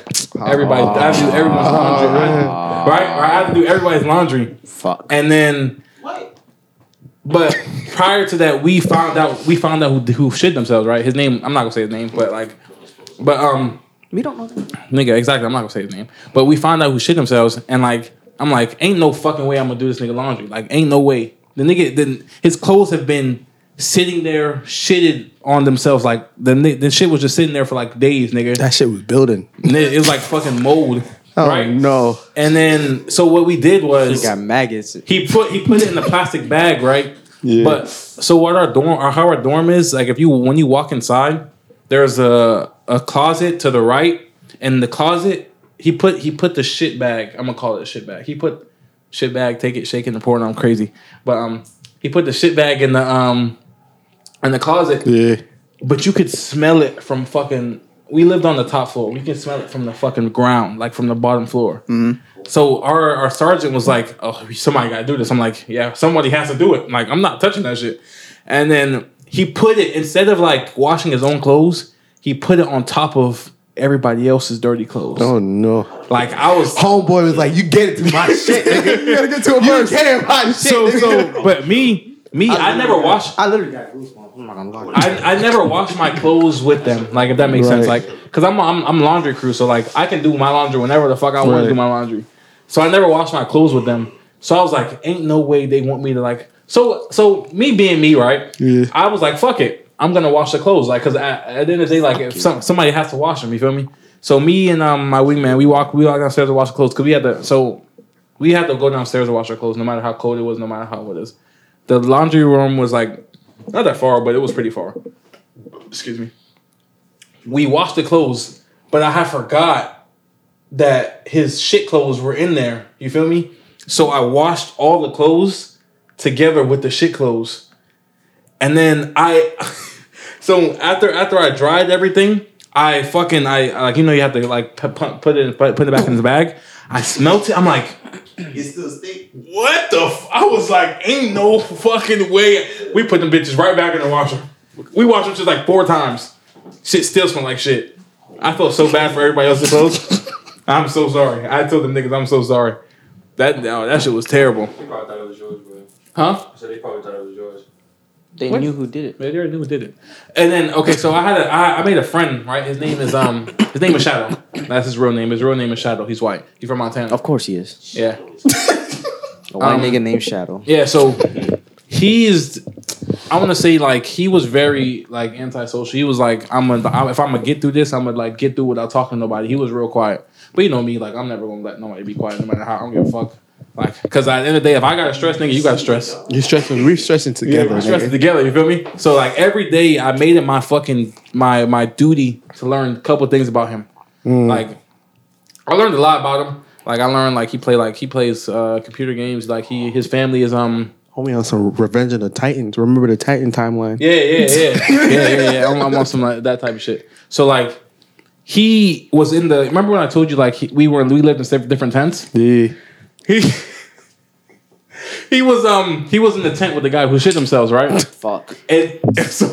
everybody, I have to do Oh. everyone's laundry, right? right? Right, I have to do everybody's laundry. Fuck. And then But prior to that, we found out we found out who who shit themselves, right? His name, I'm not gonna say his name, but like but um We don't know that. nigga, exactly, I'm not gonna say his name. But we found out who shit themselves and like I'm like, ain't no fucking way I'm gonna do this nigga laundry. Like ain't no way. The nigga then his clothes have been sitting there shitted on themselves like the ni- the shit was just sitting there for like days, nigga. That shit was building. It was like fucking mold. Oh right. no. And then so what we did was He got maggots. he put he put it in a plastic bag, right? Yeah. But so what our dorm or how our dorm is, like if you when you walk inside, there's a a closet to the right, and the closet he put he put the shit bag. I'm gonna call it a shit bag. He put shit bag, take it, shake it, and pour it. I'm crazy, but um, he put the shit bag in the um in the closet, Yeah. but you could smell it from fucking. We lived on the top floor. We could smell it from the fucking ground, like from the bottom floor. So our our sergeant was like, "Oh, somebody got to do this." I'm like, "Yeah, somebody has to do it." I'm like, I'm not touching that shit. And then he put it instead of like washing his own clothes, he put it on top of everybody else's dirty clothes. Oh no. Like I was Homeboy was like, "You get it through my shit, nigga. You gotta get to a You get it through my shit." so nigga. so, but me me I, never washed. I literally got goosebumps. I'm not gonna lie. I, I never wash my clothes with them. Like if that makes sense. Right. Like because I'm, I'm I'm laundry crew, so like I can do my laundry whenever the fuck I want to Right. do my laundry. So I never wash my clothes with them. So I was like, ain't no way they want me to like. So so me being me, right? Yeah. I was like, fuck it. I'm gonna wash the clothes, like, cause at, at the end of the day, like, if some, somebody has to wash them, you feel me? So me and um my wingman, we walk we walk downstairs to wash the clothes, cause we had to. So we had to go downstairs to wash our clothes, no matter how cold it was, no matter how it is. The laundry room was like not that far, but it was pretty far. Excuse me. We washed the clothes, but I had forgot that his shit clothes were in there. You feel me? So I washed all the clothes together with the shit clothes, and then I. so after after I dried everything, I fucking I I, like you know you have to like pu- pu- put it put it back in the bag. I smelt it. I'm like You still stink? what the? F-? I was like, ain't no fucking way. We put them bitches right back in the washer. We washed them just like four times. Shit still smelled like shit. I felt so bad for everybody else's clothes. I'm so sorry. I told them niggas, I'm so sorry. That no, that shit was terrible. They probably thought it was yours, bro. Huh? So they probably thought it was yours. They What? knew who did it. Man, they already knew who did it. And then okay, so I had a I, I made a friend, right? His name is um his name is Shadow. That's his real name. His real name is Shadow. He's white. He's from Montana. Of course he is. Yeah. A white Um, nigga named Shadow. Yeah, so he's I want to say like he was very like antisocial. He was like, I'm gonna I'm, if I'm gonna get through this, I'm gonna like get through without talking to nobody. He was real quiet. But you know me, like I'm never gonna let nobody be quiet, no matter how I don't give a fuck. Like, cause at the end of the day, if I got to stress, nigga, you got to stress. You're stressing. We're stressing Yeah, together. we're stressing nigga. together. You feel me? So like every day, I made it my fucking my my duty to learn a couple things about him. Mm. Like I learned a lot about him. Like I learned like he play like he plays uh, computer games. Like he his family is um Homie on some Revenge of the Titans. Remember the Titan timeline? yeah, yeah, yeah, yeah, yeah, yeah. I'm, I'm on some like, that type of shit. So like, he was in the. Remember when I told you like he, we were we lived in separate- different tents. Yeah. He he was um he was in the tent with the guy who shit themselves, right? Fuck. And so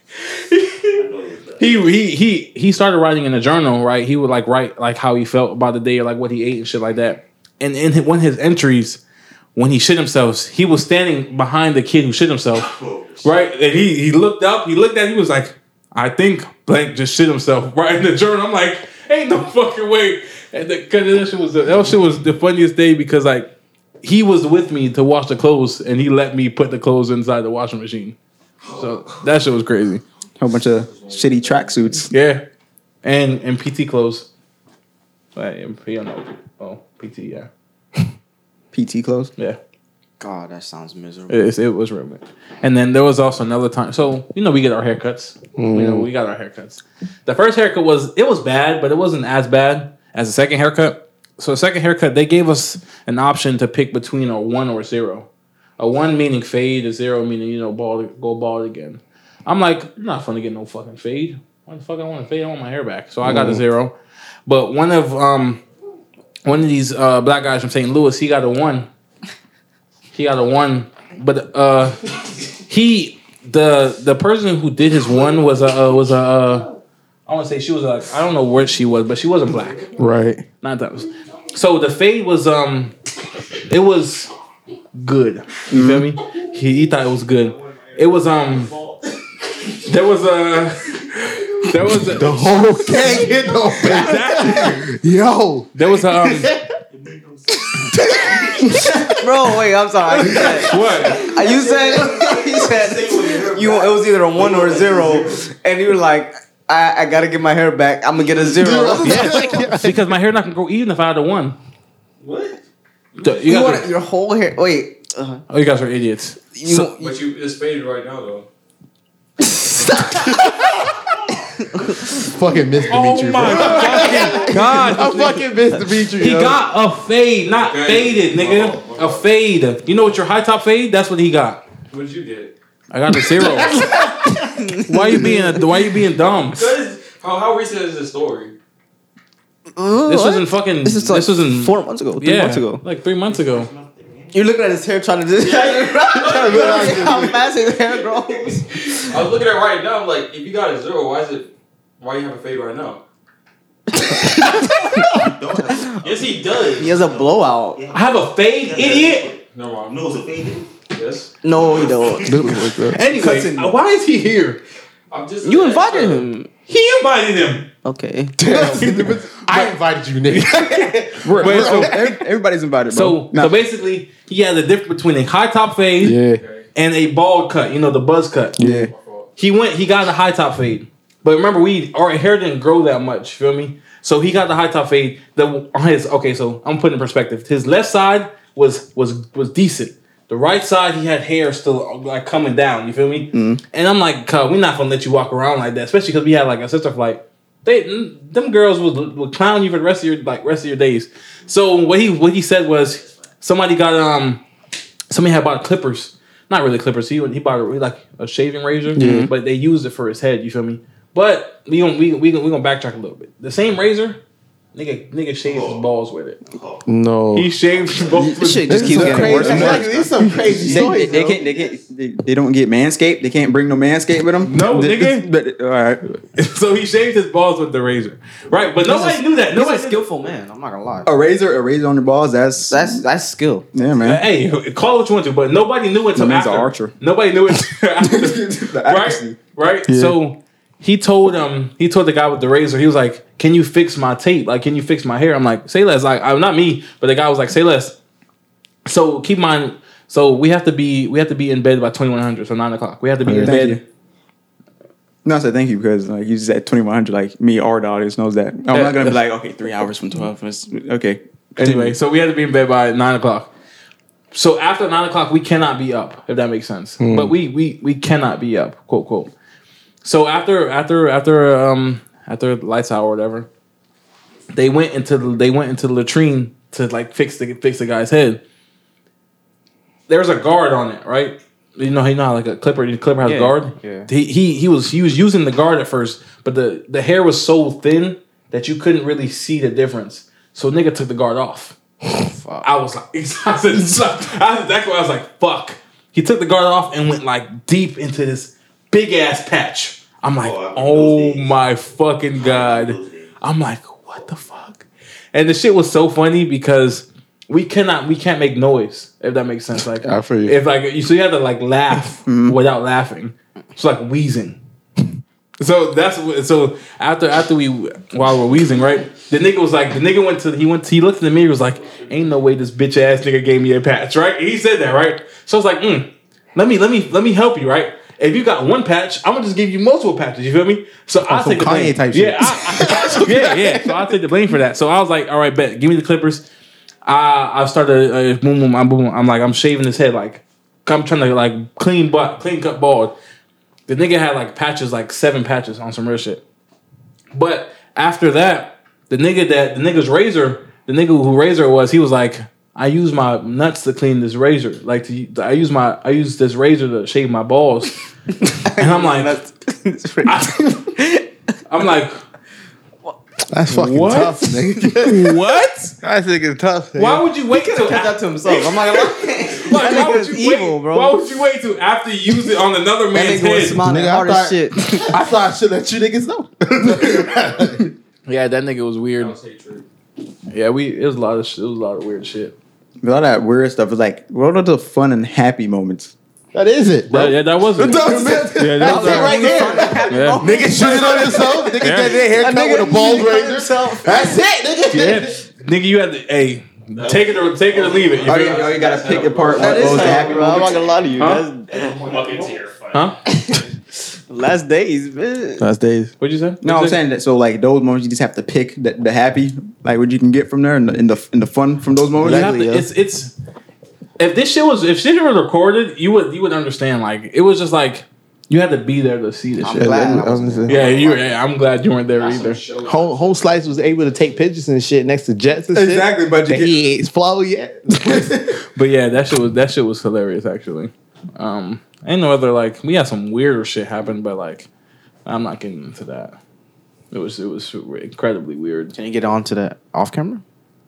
he he he he started writing in a journal, right? He would like write like how he felt about the day or like what he ate and shit like that. And in hi- one of his entries, when he shit himself, he was standing behind the kid who shit himself, right? And he he looked up, he looked at, he was like, I think blank just shit himself right in the journal. I'm like, ain't no fucking way. And because that shit was the- that shit was the funniest day because like he was with me to wash the clothes and he let me put the clothes inside the washing machine. So that shit was crazy. whole bunch of shitty tracksuits. Yeah. And and PT clothes. Like and P- you know, oh PT, yeah. PT clothes. Yeah. God, that sounds miserable. It, it was real bad. And then there was also another time. So, you know, we get our haircuts. You know, we got our haircuts. The first haircut was it was bad, but it wasn't as bad as the second haircut. So the second haircut, they gave us an option to pick between a one or a zero. A one meaning fade, a zero meaning, you know, bald go bald again. I'm like, I'm not fun to get no fucking fade. Why the fuck I want to fade? I want my hair back. So I got a zero. But one of um one of these uh black guys from St. Louis, he got a one. He got a one. But uh he the the person who did his one was a uh, was a uh, I want to say she was like I don't know where she was, but she wasn't black. Right. Not that was. So the fade was um, it was good. You feel Mm-hmm. me? He, he thought it was good. It was um, there was a there was a, The whole gang hit the back. Yo. there was a um, Bro, wait, I'm sorry. You said, what? you said, you said you, it was either a one or a zero, and you were like, I, I gotta get my hair back. I'm gonna get a zero. Yes, because my hair not gonna grow even if I had a one. What? You guys, You are, want your whole hair? Wait, uh, oh, you guys are idiots. you, But you it's faded right now though. Fucking Mr. Oh my fucking god! I fucking missed Dimitri. He yo. got a fade, not Okay. faded, nigga. Oh, okay. A fade. You know what your high top fade? That's what he got. What did you get? I got a zero. why you being a, why you being dumb? This Because how how recent is this story? this wasn't fucking this, This is like was in four months ago, three yeah, months ago. Like three months ago. You're looking at his hair, trying to just how fast his hair grows. I was looking at it right now. I'm like, if you got a zero, why is it? Why you have a fade right now? Yes, he does. He has a blowout. I have a fade, idiot. No, I'm Nose faded. Yes, No, you don't. Anyway, uh, why is he here? I'm just. You invited him. He invited him. Okay. I invited you, nigga. We're, Wait, we're- so- every- everybody's invited, bro. So Nah. so basically, he had the difference between a high top fade Okay. and a bald cut. You know, the buzz cut. Yeah. My fault. He went. He got the high top fade. But remember, we our hair didn't grow that much. Feel me? So he got the high top fade. The on his okay. So I'm putting in perspective. His left side was was was decent. The right side, he had hair still like coming down. You feel me? Mm-hmm. And I'm like, "Cuh, we're not gonna let you walk around like that, especially because we had like a sister flight. They mm, them girls would, would clown you for the rest of your like rest of your days. So what he what he said was somebody got um somebody had bought clippers, not really clippers. He he bought a, like a shaving razor, Mm-hmm. but they used it for his head. You feel me? But we gonna we we gonna, we gonna backtrack a little bit. The same razor, nigga nigga shaved his balls with it. No. Oh. He shaved his balls. Oh. This With shit just keeps getting worse and worse. These some crazy They, they, they can't. They can't. They, they don't get manscaped. They can't bring no manscaped with them. No, Th- nigga. But, all right. so he shaved his balls with the razor, right? But nobody knew that. He's a Nobody skillful man. I'm not gonna lie. A razor, a razor on the balls. That's That's that's skill. yeah, man. Hey, call it what you want to, but nobody knew it till The man's after. an archer. Nobody knew it till after. The accuracy. right, right. So he told um he told the guy with the razor. He was like, "Can you fix my tape? Like, can you uh, fix my hair?" I'm like, "Say less." Like, I'm not me, but the guy was like, "Say less." So keep in mind. So we have to be we have to be in bed by twenty one hundred, so nine o'clock. We have to be in Oh, Thank bed. you. No, I said thank you because like you said, twenty one hundred. Like me, our daughters knows that. I'm not gonna be like, okay, three hours from twelve. It's- Okay, Anyway, so we had to be in bed by nine o'clock. So after nine o'clock, we cannot be up, if that makes sense. But we we we cannot be up, quote quote. So after after after um after lights out or whatever, they went into the they went into the latrine to like fix the fix the guy's head. There's a guard on it, right? You know, you know how like a clipper, the clipper has a guard. yeah. He, he he was he was using the guard at first, but the the hair was so thin that you couldn't really see the difference. So nigga took the guard off. I was like, I said, I said, that's why I was like, fuck. He took the guard off and went like deep into this big ass patch. I'm like, Oh, I oh, remember those days. my fucking god. those days. I'm like, what the fuck? And the shit was so funny because we cannot, we can't make noise if that makes sense. Like, I feel you. if like you, so you have to like laugh without laughing. It's like wheezing. So that's what- so after after we while we're wheezing, right? The nigga was like the nigga went to he went to, he looked in the mirror he was like, ain't no way this bitch ass nigga gave me a patch, right? He said that, right? So I was like, mm, let me let me let me help you, right? If you got one patch, I'm gonna just give you multiple patches. You feel me? So I some take the Kanye blame. type shit. yeah, I, I- yeah, yeah. So I take the blame for that. So I was like, all right, bet, give me the clippers. I I started uh, boom boom I'm boom. I'm like I'm shaving his head like I'm trying to like clean butt clean cut bald. The nigga had like patches, like seven patches on some real shit. But after that, the nigga that the nigga's razor, the nigga who razor was, he was like, I use my nuts to clean this razor. Like to, I use my I use this razor to shave my balls. and I'm like, I'm like, That's fucking What? tough, nigga. what? That nigga's tough. Nigga. Why would you wait till Kept that to himself. I'm not gonna lie. like, That why nigga would is you evil, wait? bro. Why would you wait till after you use it on another That man's nigga was head? smiling Nigga, I hard as thought- shit. I thought I should let you niggas know. Yeah, that nigga was That weird. was hatred. Yeah, we it was a lot of sh- it was a lot of weird shit. a lot of that weird stuff is like, what are the fun and happy moments? that is it, bro. That- yeah, that was it. Yeah, that That's was it right there. Yeah. Nigga shooting on himself. Nigga Yeah. get their hair cut with a bald razor. That's it, Yeah, nigga. nigga, you had to hey, take it or take it or leave it. You Oh, feel you, me? oh, you gotta pick apart what That is was the tough, happy bro. I'm not gonna lie to you. Huh? That's Fucking terrifying. Huh? last days, man. Last days. What'd you say? No, I'm saying that. So like those moments, you just have to pick the, the happy, like what you can get from there, and the and the, and the fun from those moments. You have to, it's it's if this shit was if shit was recorded, you would you would understand. Like it was just like you had to be there to see this shit. glad I Yeah, you. Yeah, I'm glad you weren't there That's either. some show. Home, home Slice was able to take pictures and shit next to Jets and shit. Exactly, but you That get- he ain't swallow yet. But yeah, that shit was that shit was hilarious actually. Um, ain't no other like we had some weirder shit happen, but like I'm not getting into that. It was it was incredibly weird. Can you get on to that off camera?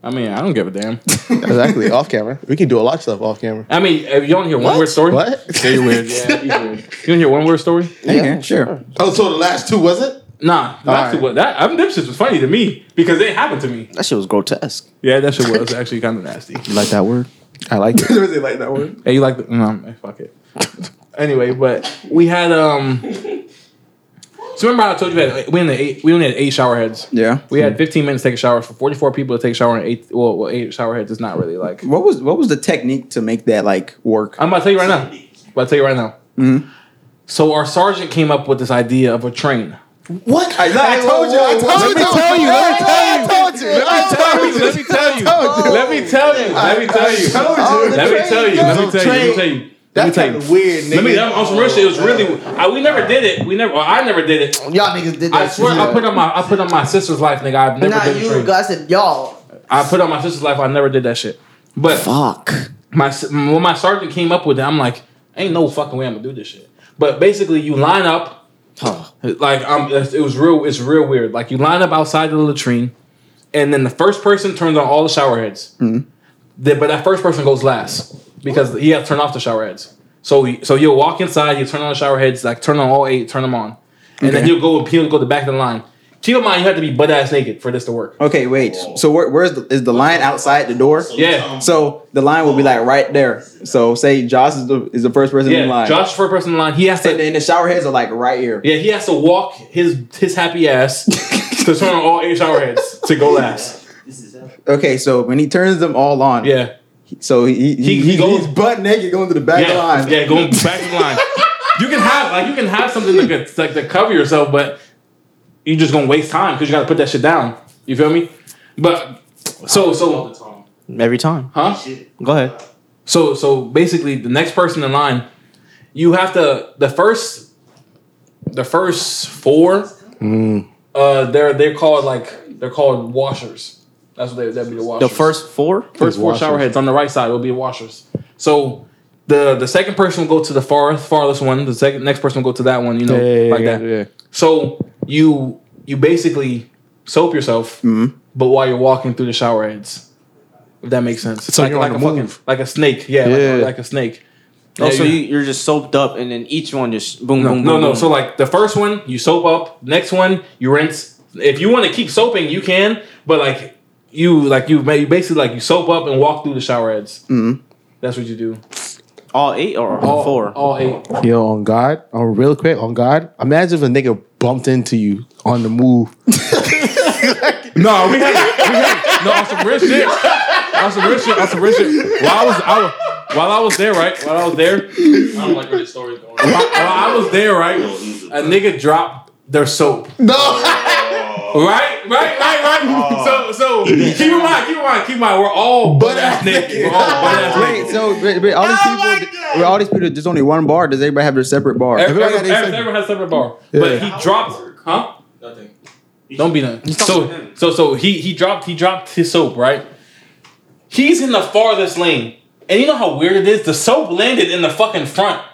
I mean, I don't give a damn. exactly, off camera. We can do a lot of stuff off camera. I mean, if you want to hear one What? weird story, What? Yeah, you're weird. Yeah, you're weird. You want to hear one weird story? yeah, sure. Oh, so the last two was it? Nah, that's what that I'm dipshits was funny to me because it happened to me. That shit was grotesque. Yeah, that shit was actually kind of nasty. You like that word? I like it. Really like that one. Hey, you like the no, man, fuck it. anyway, but we had um. So remember how I told you that we only had eight, we only had eight shower heads. Yeah. We had 15 minutes to take a shower for 44 people to take a shower and eight well, well eight shower heads is not really like What was what was the technique to make that like work? I'm about to tell you right now. I'm about to tell you right now. So our sergeant came up with this idea of a train. What? I, I told you. I told you. Let me tell you. Let me tell you. I told you. Let me tell you. Let me tell you. Let me tell you. Let me tell you. Let me tell you. Let me tell you. Let me tell you. Let me That's tell kind you. of weird, nigga. Let me. I'm, on some real shit. It was really. I, we never did it. We never. Or I never did it. Y'all niggas did that. I swear. I put on my. I put on my sister's life, nigga. I've never Not did a you, train. guys. I said y'all. I put on my sister's life. I never did that shit. But Fuck. my when my sergeant came up with it, I'm like, ain't no fucking way I'm gonna do this shit. But basically, you line up, like um, it was real. It's real weird. Like you line up outside the latrine, and then the first person turns on all the shower heads. Mm-hmm. Then- but that first person goes last because he has to turn off the shower heads. So he- so you'll walk inside, you turn on the shower heads, like turn on all eight, turn them on, and then you'll go and he'll go to the back of the line. Keep in mind, you have to be butt ass naked for this to work. Okay, wait. So where, where's the, is the line outside the door? Yeah. So the line will be like right there. So say Josh is the, is the first person in Yeah, line. Josh first person in line. He has to And then the shower heads are like right here. Yeah, he has to walk his his happy ass to turn on all eight shower heads to go last. This is Okay, so when he turns them all on, Yeah. So he, he, He- he goes- he's butt naked going to the back yeah, line. yeah, going back to line. You can have like you can have something to, get- like to cover yourself, but you just gonna waste time because you gotta put that shit down. You feel me? But so so Every time. huh? Go ahead. So so basically, the next person in line, you have to the first, the first four. Mm. Uh, they're they're called like they're called washers. That's what they that'd be the washers. The first four. first four washers. shower heads on the right side will be washers. So the the second person will go to the far farthest one. The second next person will go to that one. You know, like that. So you you basically soap yourself, but while you're walking through the shower heads, if that makes sense. So like, you're on like the a fucking- move. like a snake. Yeah, Yeah. Like, like a snake. Oh, so Yeah, you, you're just soaped up, and then each one just boom, no, boom, no, boom, no. boom. So like the first one, you soap up. Next one, you rinse. If you want to keep soaping, you can. But like you, like you, ma- you basically like you soap up and walk through the shower heads. That's what you do. all eight or all, four? All eight. Yo, on God, on real quick, on God, imagine if a nigga bumped into you on the move. No, we had, we had no on some real shit. On some real shit. On some real shit. While I was, I was while I was there, right? While I was there, I don't like where this story's going. while, while I was there, right? Oh A nigga dropped their soap. No. Right, right, right, right. So, so keep in mind, keep in mind, keep in mind, we're all butt ass naked. We're all butt ass naked. Wait, so wait, wait, all these Oh people, wait, all these people, there's only one bar. Does everybody have their separate bar? Everyone, Everybody got their second- everyone, everyone has separate bar, Yeah. but he dropped, huh? Nothing. Don't be nothing. So, so, so he he dropped he dropped his soap right. He's in the farthest lane, and you know how weird it is. The soap landed in the fucking front.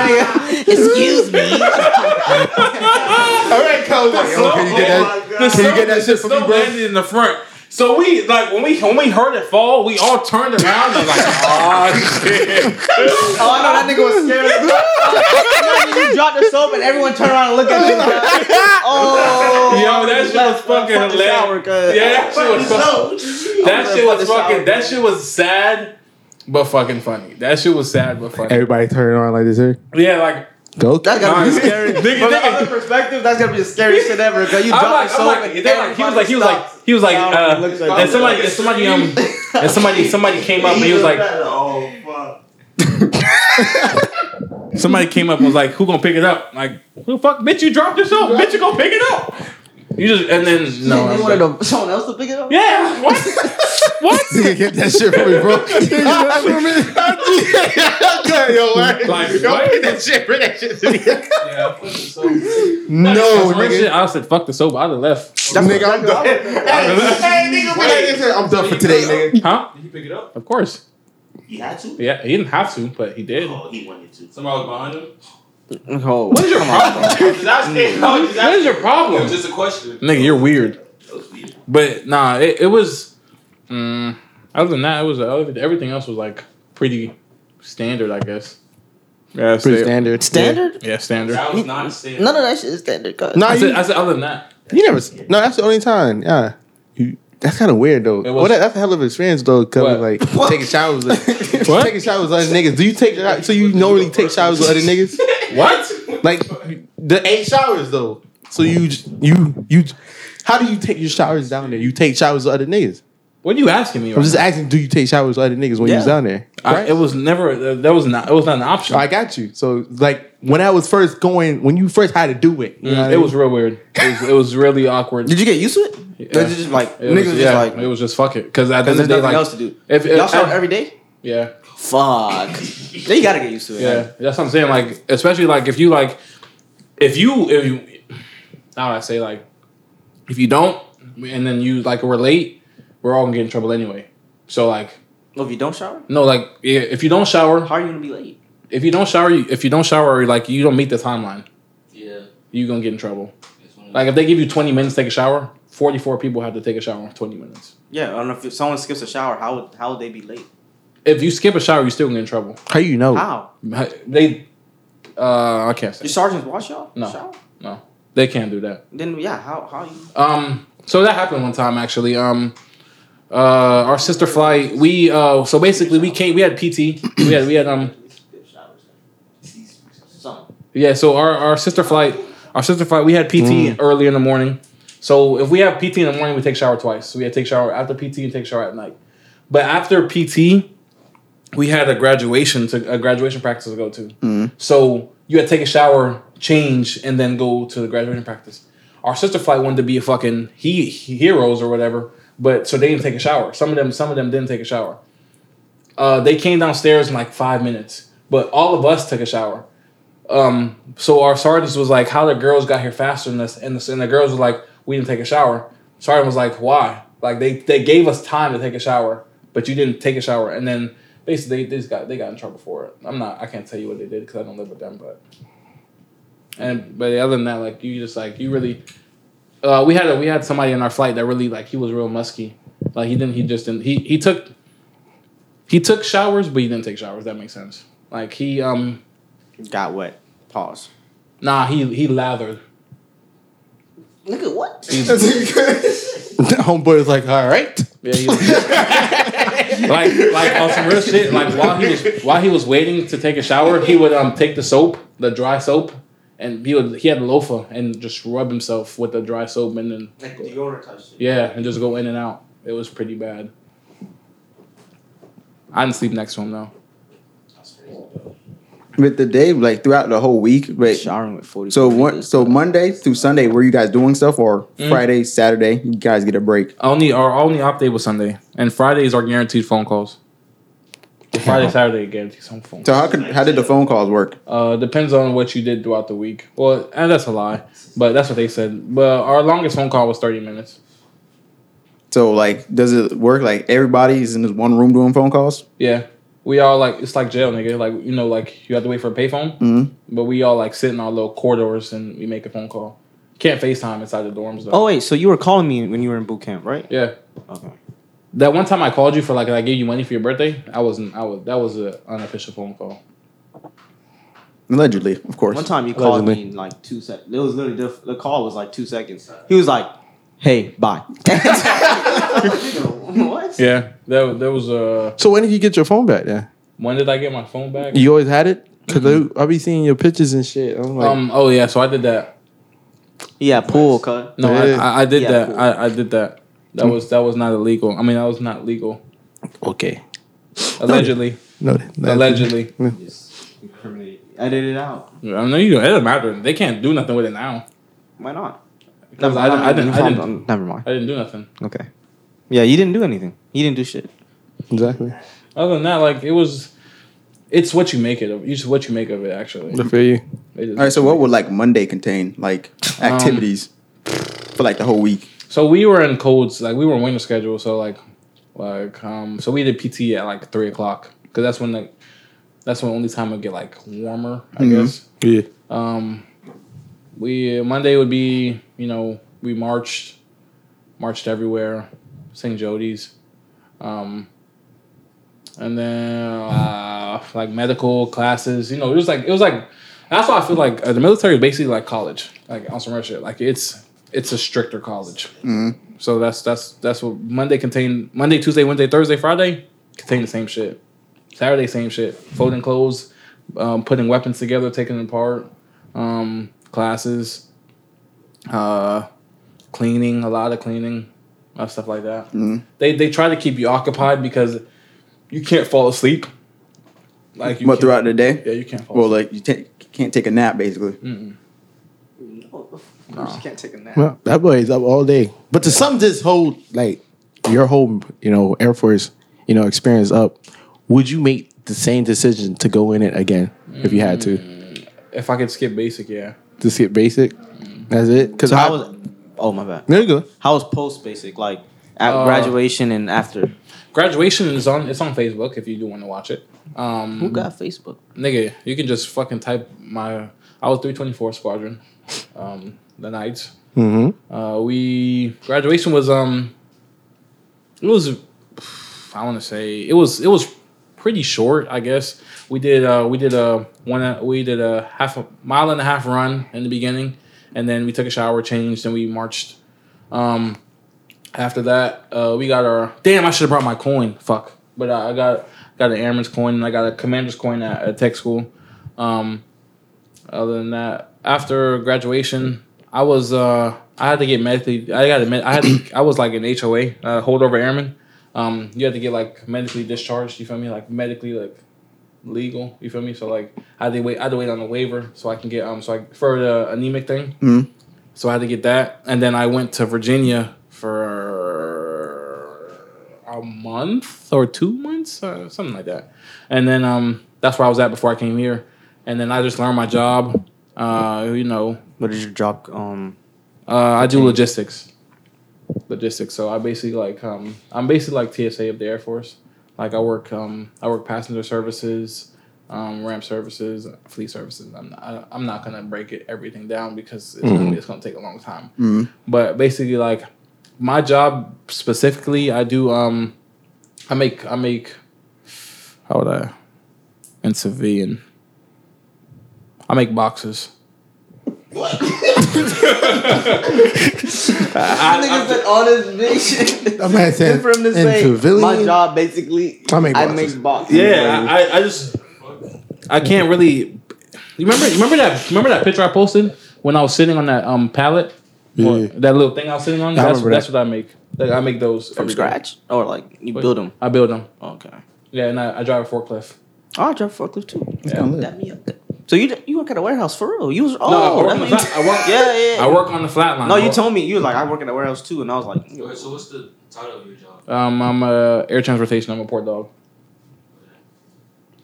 Excuse me. All right, Cole. Like, yo, can you get Oh that? The Can you soap- get that shit for the me, soap bro? landed in the front. So we like when we when we heard it fall, we all turned around and like, oh shit. Oh, I know that nigga was scared. you dropped the soap and everyone turned around and looked at you. oh, Yo, that shit was fucking hilarious. Yeah, that shit was fucking. That shit was fucking. That shit was sad, but fucking funny. That shit was sad, but funny. Everybody turn around like this here. Yeah, like Go. That's gotta be Nah, scary. nigga, From the nigga. other perspective, that's gotta be the scariest shit ever. Cause you I'm drop like, the I'm soap like, and they're like, he was like, he everybody was like, he was like, stops. uh, Looks like- and somebody, and somebody, um, and somebody, somebody came up and he was like, oh fuck. somebody came up and was like, who gonna pick it up? Like, who the fuck, bitch, you dropped yourself, bitch, you gonna pick it up? You just and then you no, I'm wanted like, to- someone else to pick it up? yeah, what? Nigga, get that shit for me, bro. Nigga, get that for me. Yo, what? Like, what? Yeah, put this over. No, That's real shit. nigga. I said, fuck the soap, I'd have left, Nigga, I'm done. Hey, nigga, wait. I'm done for today, nigga. huh? Did you pick it up? Of course, He had to. yeah, he didn't have to, but he did. Oh, he wanted to. Somebody was behind him. Oh, What is your problem? Cause I stayed. I was just What is your It was problem, just a question. nigga? You're weird. asking. But nah, it, it was. Mm, other than that, it was other- everything else was like pretty standard, I guess. Yeah, Pretty standard. standard? Yeah, standard. That was not a sin. None of that shit is standard. Cause No, I you, said, I said other than that. you never. s- No, that's the only time. Yeah. You, that's kind of weird though. was- Well, that, that's a hell of an experience though. Cause What? like taking showers, like, What? taking showers with other niggas. Do you take show- so you normally take showers with other niggas? What? Like the eight showers though. So you j- you you. How do you take your showers down there? You take showers with other niggas. What are you asking me? I'm right just now? asking. Do you take showers with other niggas when you was Yeah. down there? I, it was never. uh, That was not. It was not an option. I got you. So like when I was first going, when you first had to do it, you know what I Mm, it mean? was real weird. It was, it was really awkward. Did you get used to it? Or Yeah. did you just like It niggas was, was yeah, just it like was just fuck it. Because at the because end there's of the nothing day, like, else to do. if, if, Y'all shower if- every day? yeah, Fuck. then you gotta get used to it. Yeah, that's what I'm saying. Like, especially like if you like, if you if you, how would I say like, if you don't, and then you like relate, we're all gonna get in trouble anyway. So like, Well, if you don't shower, no, like yeah, if you don't shower, how are you gonna be late? if you don't shower, you- if you don't shower, like you don't meet the timeline, Yeah. you gonna get in trouble. it's one of Like if they give you 20 minutes to take a shower, 44 people have to take a shower in 20 minutes. Yeah, I don't know if someone skips a shower, how would how would they be late? If you skip a shower, you still gonna get in trouble. How you know? Oh. How? They, uh, I can't Your say. sergeants wash y'all? No. Shower? They can't do that. Then yeah, how how you Um, so that happened one time actually. Um, uh, our sister flight. We uh, so basically we came. We had PT. We had we had um. Yeah. So our our sister flight. Our sister flight. We had PT early in the morning. So if we have PT in the morning, we take shower twice. So we had to take shower after PT and take shower at night. But after PT, we had a graduation to a graduation practice to go to. So you had to take a shower, change, and then go to the graduation practice. Our sister flight wanted to be a fucking he, he- heroes or whatever, but so they didn't take a shower. Some of them, some of them didn't take a shower. Uh, they came downstairs in like five minutes, but all of us took a shower. Um, so our sergeants was like, "How the girls got here faster than us?" And the, and the girls were like, "We didn't take a shower." Sergeant was like, "Why?" Like they they gave us time to take a shower, but you didn't take a shower. And then basically they, they just got they got in trouble for it. I'm not I can't tell you what they did because I don't live with them, but and but other than that, like you just like you really. Uh, we had a, we had somebody in our flight that really like he was real musky, like he didn't he just didn't he he took he took showers but he didn't take showers. if That makes sense. Like he um Got wet. Pause. Nah, he he lathered. Look at what? Homeboy was like, all right. Yeah, he like like on some real shit. Like while he was while he was waiting to take a shower, he would um take the soap, the dry soap, and he would he had a loafer and just rub himself with the dry soap and then Like deodorant type shit. yeah, and just go in and out. It was pretty bad. I didn't sleep next to him though. That's crazy. though. But the day, like throughout the whole week, but Showering with 40. so one, so Monday through Sunday, were you guys doing stuff or Mm. Friday, Saturday? You guys get a break. Only our only op day was Sunday, and Fridays are guaranteed phone calls. Friday, Saturday, guaranteed some phone. So how could how did the phone calls work? Uh, depends on what you did throughout the week. Well, and that's a lie, but that's what they said. But our longest phone call was thirty minutes. So like, does it work? Like everybody's in this one room doing phone calls. Yeah, we all like it's like jail, nigga. Like you know, like you have to wait for a payphone, Mhm. but we all like sit in our little corridors and we make a phone call. Can't FaceTime inside the dorms though. Oh, wait. So you were calling me when you were in boot camp, right? yeah. Okay. That one time I called you for like I gave you money for your birthday. I wasn't. I was. That was an unofficial phone call. Allegedly, of course. One time you called Allegedly. me in like two seconds. It was literally, diff- the call was like two seconds. He was like, hey, bye. what? Yeah. That that was uh. So when did you get your phone back then? When did I get my phone back? You always had it? Because I be seeing your pictures and shit. I'm like, um. Oh yeah. So I did that. Yeah, pool, cut. No, I, Yeah. I, I did Yeah, that. cool. I, I did that. That was that was not illegal. I mean, that was not legal. okay. Allegedly, No, allegedly. Edit it out. I know you. It doesn't matter. They can't do nothing with it now. Why not? Because I, didn't- I, didn't, I, didn't, Never mind. I didn't do nothing. Okay. Yeah, you didn't do anything. You didn't do shit. Exactly. Other than that, like it was, it's what you make it. of. It's what you make of it. Actually, I feel you. It is- All right. So what would like Monday contain? Like Um, activities for like the whole week. So we were in codes, like we were in winter schedule. So like, like um, so we did PT at like three o'clock because that's when like, that's when only time it get like warmer. I Mhm. guess. Yeah. Um, we Monday would be you know we marched, marched everywhere, St. Jody's, um, and then uh, like medical classes. You know, it was like it was like that's why I feel like uh, the military is basically like college, like on some real shit. Like it's it's a stricter college. Mm-hmm. So that's that's that's what Monday contained. Monday, Tuesday, Wednesday, Thursday, Friday contain the same shit. Saturday, same shit. Folding clothes, um, putting weapons together, taking them apart, um, classes, uh, cleaning, a lot of cleaning, uh, stuff like that. Mm-hmm. They they try to keep you occupied because you can't fall asleep. Like you But can't- throughout the day. yeah, you can't Oh. fall. Well, asleep. like you take can't take a nap basically. Mm. You can't take a nap. Well, that boy is up all day. But to sum this whole like your whole you know Air Force you know experience up, would you make the same decision to go in it again if you had to if I could skip basic, yeah. to skip basic? That's it. Because So I how was? Oh my bad. there you go. How was post basic like at Uh, graduation and after? Graduation is on it's on Facebook if you do want to watch it. Um, Who got Facebook? Nigga, you can just fucking type my. I was three twenty four squadron, um, the Knights. Mm-hmm. Uh, we graduation was um, it was, I want to say it was it was pretty short. I guess we did uh we did a one we did a half a mile and a half run in the beginning, and then we took a shower, changed, and we marched. Um, after that, uh, we got our damn. I should have brought my coin. Fuck, but I, I got got an airman's coin and I got a commander's coin at, at tech school. Um, other than that, after graduation, I was uh, I had to get medically. I got admit. I had. To, I was like an HOA, uh, holdover airman. Um, you had to get like medically discharged. You feel me? Like medically, like legal. You feel me? So like, I had to wait. I had to wait on a waiver so I can get um. So I for the anemic thing. Mhm. So I had to get that, and then I went to Virginia for a month or two months, uh, something like that. And then um, that's where I was at before I came here. And then I just learned my job. Uh, you know, What is your job? Um, uh, I do logistics. Logistics. So I basically like um I'm basically like TSA of the Air Force. Like I work um I work passenger services, um ramp services, fleet services. I'm not, I, I'm not gonna break it everything down because it's, gonna, be- it's gonna take a long time. But basically like my job specifically, I do um I make I make how would I in civilian I make boxes. I, nigga's an honest bitch. I'm not saying for him to in say, civilian, my job basically, I make I boxes." make boxes. Yeah, I, I- I just I can't really. You remember? you Remember that? Remember that picture I posted when I was sitting on that um pallet, Yeah. Or that little thing I was sitting on. that's remember that's that. what I make. Like, I make those from every day. scratch or like you build them. I build them. Okay. Yeah, and I, I drive a forklift. I'll drive Oh, forklift too. Yeah. That me up. So you you work at a warehouse for real? You was oh I work that on the means- back. I work- yeah yeah. yeah. I work on the flat line. No, I you work- told me you were like I work at a warehouse too, and I was like, Wait, so what's the title of your job? Um, I'm uh, air transportation. I'm a port dog.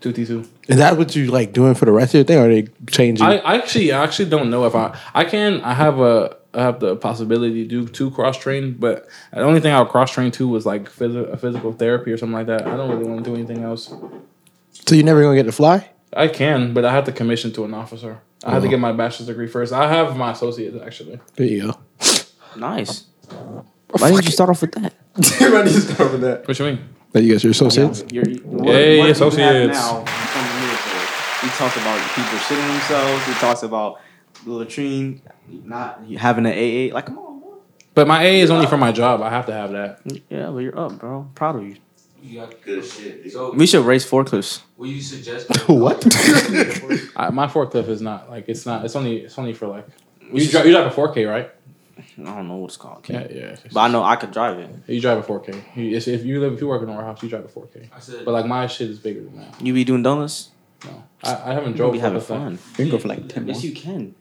Two T two. is that what you like doing for the rest of your thing, or are they changing? I I actually I actually don't know if I I can I have a I have the possibility to do to cross train, but the only thing I'll cross train to was like phys- a physical therapy or something like that. I don't really want to do anything else. so you're never gonna get to fly? I can, but I have to commission to an officer. I have to Oh. get my bachelor's degree first. I have my associate actually. There you go. nice. Why didn't you start off with that? What you mean? There you guys, you're associates. You're, what, Hey, what you have associates. Now, from the military, he talks about people shitting themselves. He talks about the latrine, not having an AA. Like, come on, boy. But my A is only for my job. I have to have that. Yeah, but you're up, bro. Proud of you. You got good shit. So, We should race forklifts. will you suggest What? I, my forklift is not like it's not. It's only it's only for like you drive you drive a four K right? I don't know what it's called. Yeah, yeah. But I know I could drive it. You drive a four K. If if you live if you work in a warehouse, you drive a four K. I said, But like my shit is bigger than that. You be doing donuts? No, I, I haven't You'll drove. be having forklift that- fun. You can go for like 10 Yes, months. you can.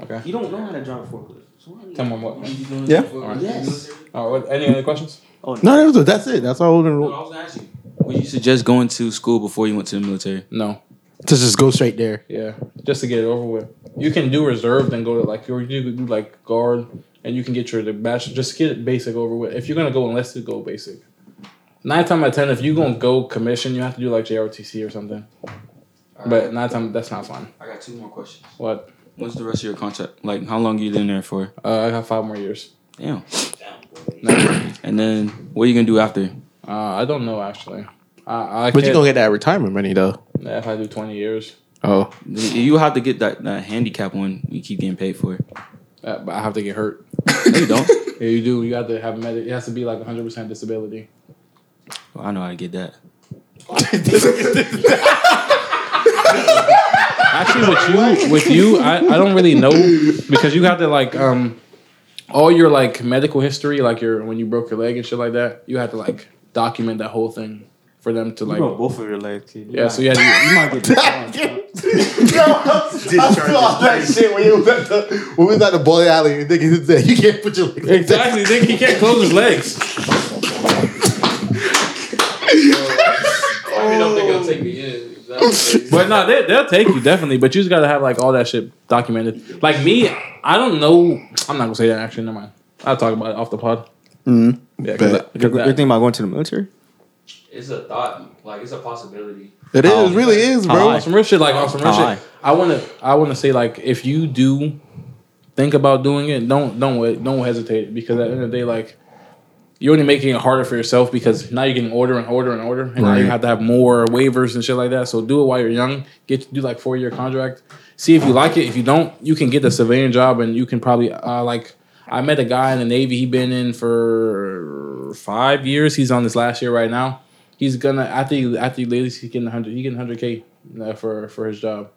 Okay. You don't know how to drive a forklift. So why you- Ten more what? you doing Yeah. this for- Alright. Yes. All right. What, any other questions? Oh, No, that was it. That's it. That's all. We're No, gonna I was gonna ask you. Would you suggest going to school before you went to the military? No. to just go straight there. Yeah. Just to get it over with. You can do reserve and go to like or you could do like guard and you can get your the bachelor. Just get it basic over with. If you're gonna go enlisted, go basic. Nine time out of ten, if you gonna go commission, you have to do like JRTC or something. But nine time, that's not fun. I got two more questions. What? What's the rest of your contract? Like, how long you been there for? Uh, I got five more years. Damn. No. And then, what are you gonna do after? uh, I don't know actually. I, I But you're can't- gonna get that retirement money though. if I do twenty years, Oh, You have to get that, that handicap one you keep getting paid for. uh, but I have to get hurt. No, you don't. Yeah, you do. You have to have medic. It has to be like 100 percent disability. Well, I know how to get that. Actually, with you, with you, I, I don't really know because you have to like um all your like medical history, like your when you broke your leg and shit like that. You have to like document that whole thing for them to like. both of your legs, kid. Yeah, so you had to. You might get I saw that shit when you was at the when we was at the bowling alley and thinking that you can't put your legs Exactly. Think he can't close his legs. I mean, don't think it'll take me in. Exactly. But no, they, they'll take you definitely. But you just gotta have like all that shit documented. Like me, I don't know. I'm not gonna say that. Actually, never mind. I'll talk about it off the pod. Mm-hmm. Yeah, 'cause I- 'cause You're I- thinking about going to the military? It's a thought. Like, it's a possibility. It is, really is, bro. bro. on some real shit, like on some real Oh, aye. shit. I wanna, I wanna say, like, if you do think about doing it, don't, don't, wait, don't hesitate because at the end of the day, like, you're only making it harder for yourself because now you're getting order and order and order, and now you Right. have to have more waivers and shit like that. So do it while you're young. Get do like four year contract. See if you like it. If you don't, you can get the civilian job, and you can probably uh, like. I met a guy in the Navy. He been in for five years. He's on this last year right now. He's gonna after he after he leaves, he's getting hundred. He getting hundred k uh, for for his job,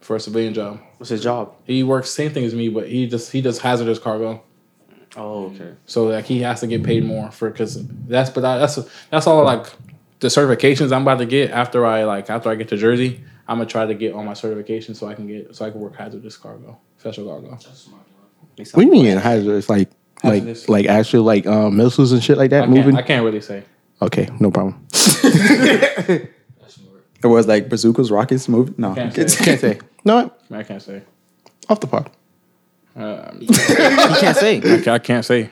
for a civilian job. What's his job? He works same thing as me, but he just he does hazardous cargo. Oh, okay. So like he has to get paid more for because that's but I, that's that's all like the certifications I'm about to get after I like after I get to Jersey. I'm gonna try to get all my certifications so I can get so I can work hazardous cargo, special cargo. What do you mean in hazard? It's like like Hazardous. like actual like um, missiles and shit like that I moving. can't, I can't really say. okay, no problem. It was like bazookas, rockets, moving. No, Can't it's say. Can't say. No, what? I can't say. off the park. Uh, You can't say. I ca- I can't say.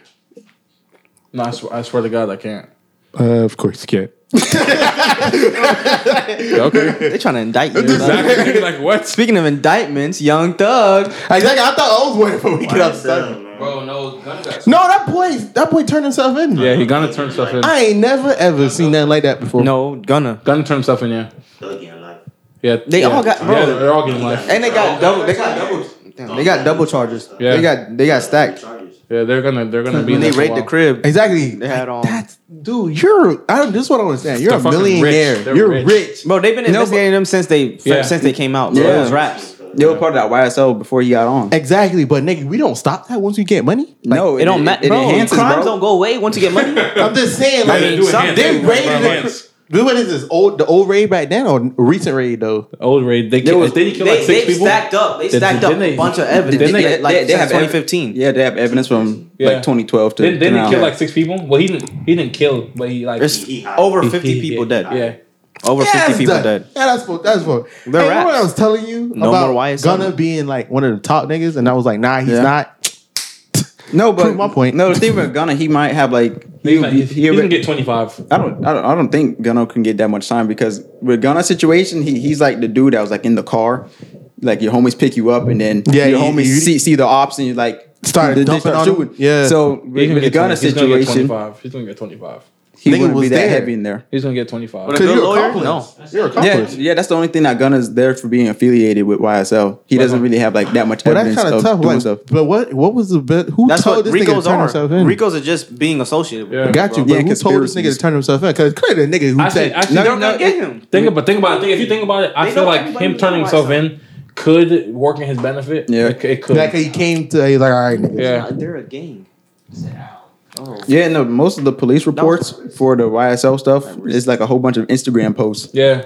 No, I, sw- I swear to God, I can't. Uh, of course, you can't. Okay. They're trying to indict you. exactly. Like what? Speaking of indictments, Young Thug. Exactly. I thought I was waiting for we get outside. Oh, Bro, no gun guys. No, that boy, that boy turned himself in. Yeah, he gonna turn stuff in. I ain't never ever seen nothing like that before. No, gonna. Gonna turn stuff in. Yeah. Yeah. They yeah. all got- Yeah, bro. they're all getting life. And they got double. They got double. Damn, they got double charges. Yeah. They got they got stacked. Yeah, they're gonna they're gonna be. When they there for a raid the while. crib, exactly. they had um, on. That's dude. You're. I don't. This is what I don't understand. You're They're a fucking rich. millionaire. They're You're rich. rich. Bro, they've been but- investigating them since they Yeah. since they came out. Bro, Yeah. it was raps. They were part of that YSL before he got on. Exactly. But nigga, we don't stop that once you get money. no, It, don't matter. bro, Enhances, crimes bro. don't go away once you get money. I'm just saying. Like, They didn't do it some- hands. they They raided raided the dude, what is this old? The old raid back then or recent raid though? old raid. They They killed. was- Did he kill like they- six they people? stacked up. They Did- stacked up didn't they- a bunch of didn't evidence. they- like, like they- they since have ev- 2015. Yeah, they have evidence from Yeah. like 2012 to. Didn't, to didn't now. he kill like six people? Well, he didn't. He didn't kill, but he like There's He- he hot. over he- 50 he- people yeah, dead. Yeah, Over 50 people that- dead. Yeah, that's what. That's what. Hey, They're remember what rats. I was telling you No about more YSL. Gunna being like one of the top niggas, and I was like, nah, he's Yeah. not. No, but Prove my point. No, the thing with Gunna, he might have like he's he, like, he, he's, he's gonna get twenty five. I don't, I don't, I don't think Gunna can get that much time because with Gunna's situation, he he's like the dude that was like in the car, like your homies pick you up and then Yeah, your you- homies you- see see the ops and you like Start they- they dumping on him. Yeah. So with, with the Gunna He's gonna get twenty situation, five. He's gonna get twenty five. he Nigga wouldn't was be that there. heavy in there. He's gonna get twenty five. But a Cause good you're a lawyer? accomplice. No. You're a Yeah, accomplice. yeah, that's the only thing that Gunna's there for being affiliated with YSL. He doesn't really have like that much But that's evidence kind of of tough. doing Like, stuff. but what? What was the bit? Who That's told what this Ricos nigga to turn are. himself in? Ricos are just being associated with. Yeah. Got you, Yeah, but who told this nigga conspiracies. to turn himself in? Because clearly the nigga who Actually, said actually, They're no, gonna get it- him. Think about think about think, if you think about it, I They feel know like everybody him knows turning himself myself. in could work in his benefit. Yeah. it, it could. that he came to, he's like, all right, nigga. yeah, They're a gang. Oh. Yeah, no, most of the police reports for the YSL stuff is like a whole bunch of Instagram posts. yeah,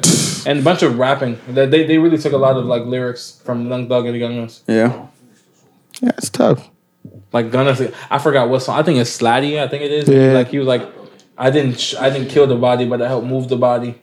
and a bunch of rapping. They, they they really took a lot of like lyrics from Young Thug and the Gunners. Yeah. yeah, it's tough. Like Gunners, I forgot what song. I think it's Slatty. I think it is. Yeah. Like he was like, I didn't sh- I didn't kill the body, but I helped move the body.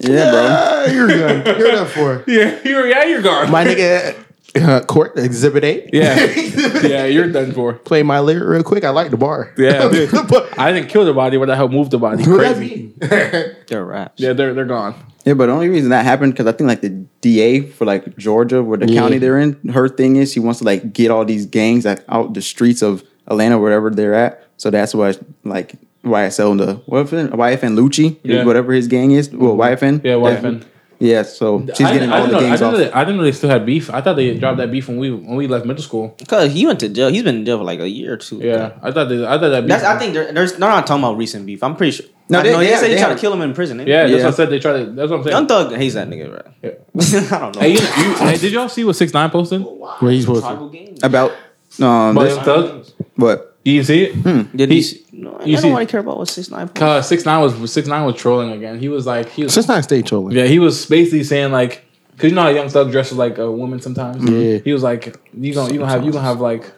Yeah, bro. Ah, you're good. You're done for. Yeah, you're yeah, you're gone. My nigga, uh, court exhibit eight. Yeah. yeah, you're done for. Play my lyric real quick. I like the bar. Yeah. but, I didn't kill the body, but I helped move the body. what Crazy. that mean? They're raps. Yeah, they're they're gone. Yeah, but the only reason that happened because I think like the DA for like Georgia, where the Yeah. county they're in, her thing is she wants to like get all these gangs like out the streets of Atlanta, wherever they're at. So that's why like YSL and the what if it- YFN Lucci, Yeah. whatever his gang is, well YFN, Yeah, YFN. yeah. So she's I, getting I all didn't the know, I gangs didn't off. know they, I didn't know they still had beef. I thought they dropped that beef when we when we left middle school. Cause he went to jail. He's been in jail for like a year or two. Yeah, I thought they, I thought that beef. That's. I think they're, there's. They're not talking about recent beef. I'm pretty sure. No, I they- know, they have- said he they tried have- to kill him in prison. didn't yeah, he? that's Yeah. what I said. They tried to. That's what I'm saying. Young Thug hates that nigga, bro. I don't know. Hey, you, you, hey, did y'all see what six nine posted? Where he's supposed to? Tribal gang. About um, About this, Young Thug? but You didn't see it? Did He- he, no, I don't see- want to care about what six nine. Cause six nine was six nine was trolling again. He was like he was Since not state trolling. Yeah, he was basically saying like, cause you know how Young Thug dresses like a woman sometimes. Yeah. He was like, you gonna you gonna have you gonna have like,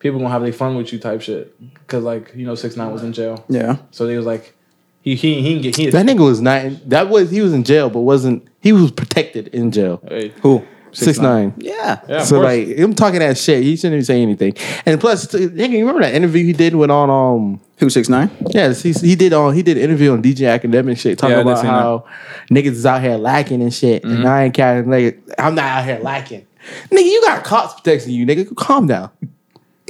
people gonna have their fun with you type shit. Cause like you know Six Nine was in jail, yeah, so they was like, he he he can get hit. That nigga was not. In, that was he was in jail, but wasn't he was protected in jail? Hey, Who six nine? Yeah. yeah, of so course. like him talking that shit, he shouldn't even say anything. And plus, t- nigga, you remember that interview he did with on um two six nine. yeah he, he did on he did an interview on DJ Academic shit talking Yeah, I did about see how niggas is out here lacking and shit, and I ain't counting nigga. I'm not out here lacking, nigga. You got cops protecting you, nigga. Calm down.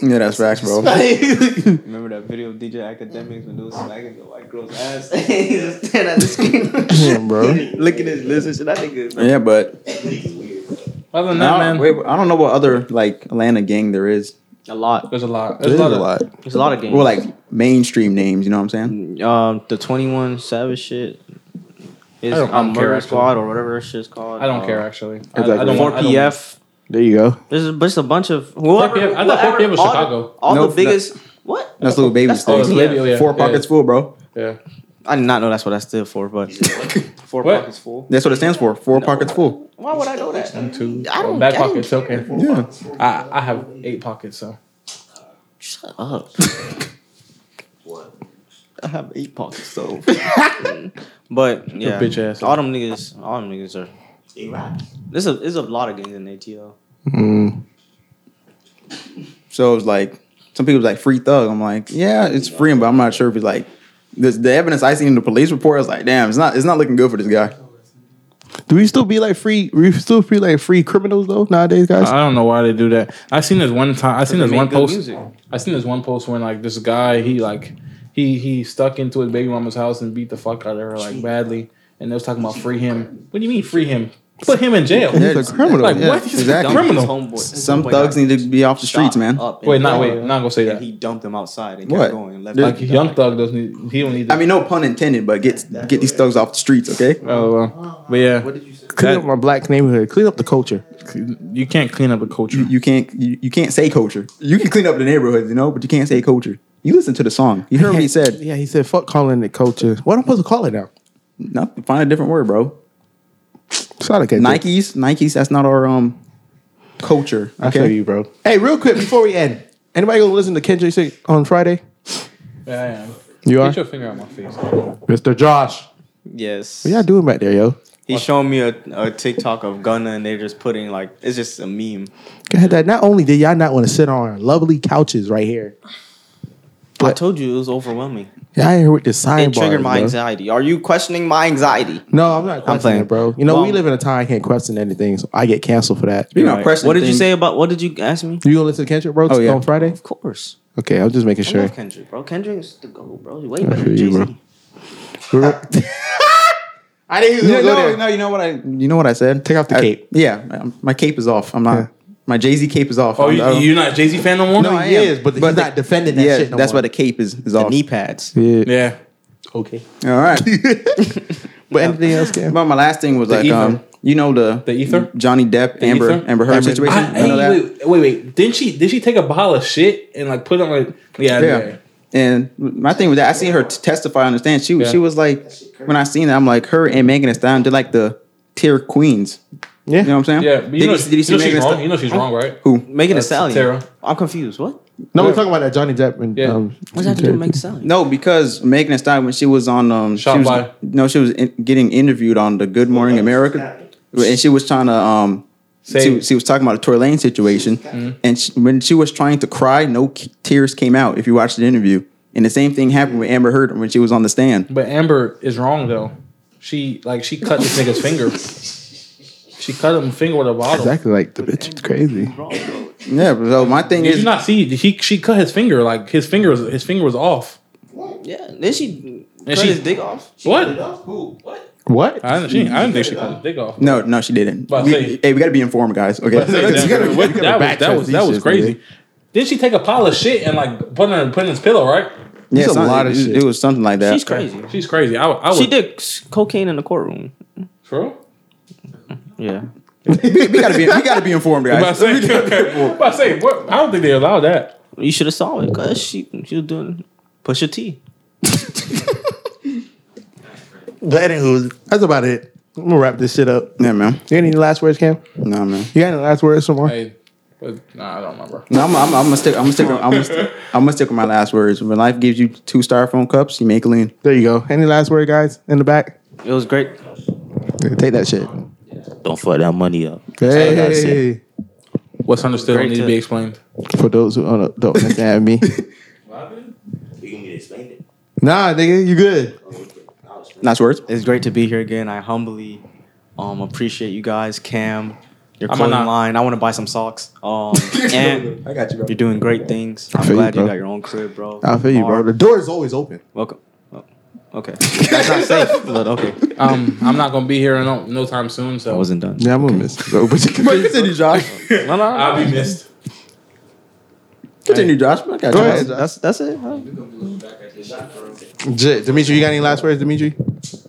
Yeah, that's facts, bro. Like, Remember that video of DJ Academics when they was smacking the white girl's ass? He just stand at the screen. Damn, bro. Look at his list and shit. That nigga. is- Yeah, but Other than that, I man, don't, wait, I don't know what other like Atlanta gang there is. A lot. there's a lot. There's There's a lot. Of, There's a lot of games. Well, like mainstream names, you know what I'm saying? um, the Twenty One Savage shit. Is I don't- I um, don't care, Murder actually. Squad or whatever that shit's called. I don't Uh, care actually. I, I Exactly. don't Four want. I don't want- PF. There you go. There's a, just a bunch of whoever. 4PF I thought 4PF was all the- Chicago. All No, the biggest. What? That's little baby oh, sticks. Lil Baby, oh, yeah, Four yeah. pockets full, bro. Yeah. I did not know that's what I stood for, but four What? pockets full. That's what it stands for. Four pockets full. Why would I know that? One, two. I oh, don't- back I don't pockets. Okay. Yeah. I, I have eight pockets, so. Shut up. I have eight pockets though. but yeah, bitch ass. all them niggas, all them niggas are. It rocks. There's a there's a lot of gangs in ATL. So it was like some people was like free thug. I'm like, yeah, it's freeing, but I'm not sure if it's like this, the evidence I seen in the police report. I was like, damn, it's not it's not looking good for this guy. Do we still be like free? We still feel like free criminals though nowadays, guys. I don't know why they do that. I seen this one time. I seen this They make one good post. music. I seen this one post when like this guy he like he he stuck into his baby mama's house and beat the fuck out of her like badly, and they was talking about free him. What do you mean free him? Put him in jail. Yeah, He's a criminal. Like yeah, what? He's exactly. a criminal. Homeboy, Some thugs need to be off the streets, man. Wait, not wait. Not gonna say And that. he dumped them outside and What? kept going. and Left Like him young dying. thug doesn't need. He don't need. To, I mean, no pun intended, but get get these thugs off the streets, okay? oh well. But yeah, What did you say? Clean up my black neighborhood. Clean up the culture. you can't clean up a culture. You, you can't you, you can't say culture. You can clean up the neighborhood, you know, but you can't say culture. You listen to the song. You heard what he said. Yeah, he said, "Fuck calling it culture." What am I supposed to call it now? No, find a different word, bro. It's not okay. Nikes, Nikes. That's not our um culture. I feel Okay, you, bro. Hey, real quick before we end, anybody gonna listen to Kendrick sing on Friday? Yeah, I am. You are, Get your finger out my face. Mr. Josh. Yes. What y'all doing back there, yo? He showed me a, a TikTok of Gunna and they're just putting like it's just a meme. God, that not only did y'all not want to sit on our lovely couches right here, I told you it was overwhelming. y'all here with the sign It bars, triggered my bro. anxiety. Are you questioning my anxiety? No, I'm not questioning playing. it, bro. You know, we Well- live in a time I can't question anything, so I get canceled for that. you're You not pressing. What did you things. say about what did you ask me? gonna listen to Kendrick, bro? Oh, yeah. On Friday? Of course. Okay, I'm just making I sure. love Kendrick, bro. Kendrick's the goal, bro. He's way better feel than you, Jay bro. Z. I didn't even Yeah, no, no, you know what I you know what I said. Take off the I- cape. Yeah, I'm- my cape is off. I'm not Yeah. my Jay Z cape is off. Oh, I'm- I you, don't- you're not a Jay Z fan no more. No, I he am. is, but he's the- not defending that yeah, shit no that's more. why the cape is is off. The knee pads. Yeah. Yeah. Okay. All right. But anything else, Cam? But my last thing was like, ether. um, you know the The ether? Johnny Depp, The Amber, ether? Amber Heard Amber- situation. I, You know that? hey, wait, wait, wait. Didn't she? Did she take a bottle of shit and like put it on? Like, yeah, yeah. Yeah. And my thing with that, I seen her t- testify on the stand. She Yeah. she was like, when I seen that, I'm like, her and Megan Thee Stallion did like the tier queens. Yeah. You know what I'm saying? Yeah, but you, did know, you, see- did you you see know Megan she's Thee wrong. You Stallion? know she's wrong, right? Who? Making a That's stallion. Tara. I'm confused. What? No, we're talking about that Johnny Depp and Yeah. um, What's that to do with making a stallion? No, because Megan Thee Stallion when she was on um, Shot she was, by- no, she was in, getting interviewed on the Good Morning America, and she was trying to um, Say- she, she was talking about the Tory Lane situation, and she, when she was trying to cry, no k- tears came out. If you watched the interview, and the same thing happened with Amber Heard when she was on the stand. But Amber is wrong though. She like she cut this nigga's finger. She cut him finger with a bottle. Exactly, like the bitch is crazy. Yeah, so my thing Did is you not see? He she cut his finger. Like his finger was his finger was off. Yeah. Then she cut she- his dick off. What? Who? What? What? I didn't. She, I didn't think she cut his dick off. no, no, she didn't. But I We- say- hey, we got to be informed, guys. Okay, That was You gotta- you gotta backtrack that was these that was shits, crazy. nigga. Didn't she take a pile of shit and like put it in put it in his pillow? Right? yeah, It's a something- lot of it, shit. It was something like that. She's crazy. She's crazy. I, I was, She did s- cocaine in the courtroom. For real? Yeah. we, we gotta be, we gotta be informed, I'm about to guys. say. I'm about to say. What? I don't think they allow that. You should have saw it because she she was doing push your T. But anywho, that's about it. I'm gonna wrap this shit up. Yeah, man. You got any last words, Cam? No, man. You got any last words somewhere? I, but, nah, I don't remember. No, I'm, I'm, I'm gonna stick. I'm gonna stick. I'm gonna, stick- I'm gonna stick with my last words. When life gives you two styrofoam cups, you make a lean. There you go. Any last word, guys? In the back? It was great. Take that shit. Don't fuck that money up. Hey. What's understood Great don't need to tip. be explained. For those who don't, don't understand me. You can get explained it. Nah, nigga, you good. I'll explain Last words. It's great to be here again. I humbly um appreciate you guys, Cam, your I'm clothing not- line. I want to buy some socks. Um, and I got you, bro. you're doing great things. I'm feel you, glad you, bro. got your own crib, bro. I feel you, bro. The door is always open. Welcome. Oh, okay, that's not safe, but okay. Um, I'm not gonna be here in no, no time soon, I so wasn't done. Yeah, I'm gonna miss it, bro. But you can Continue, Josh. No, no, I'll be missed. Continue, Josh. I got Go you. ahead. that's that's it. J- Dimitri, you got any last words, Dimitri?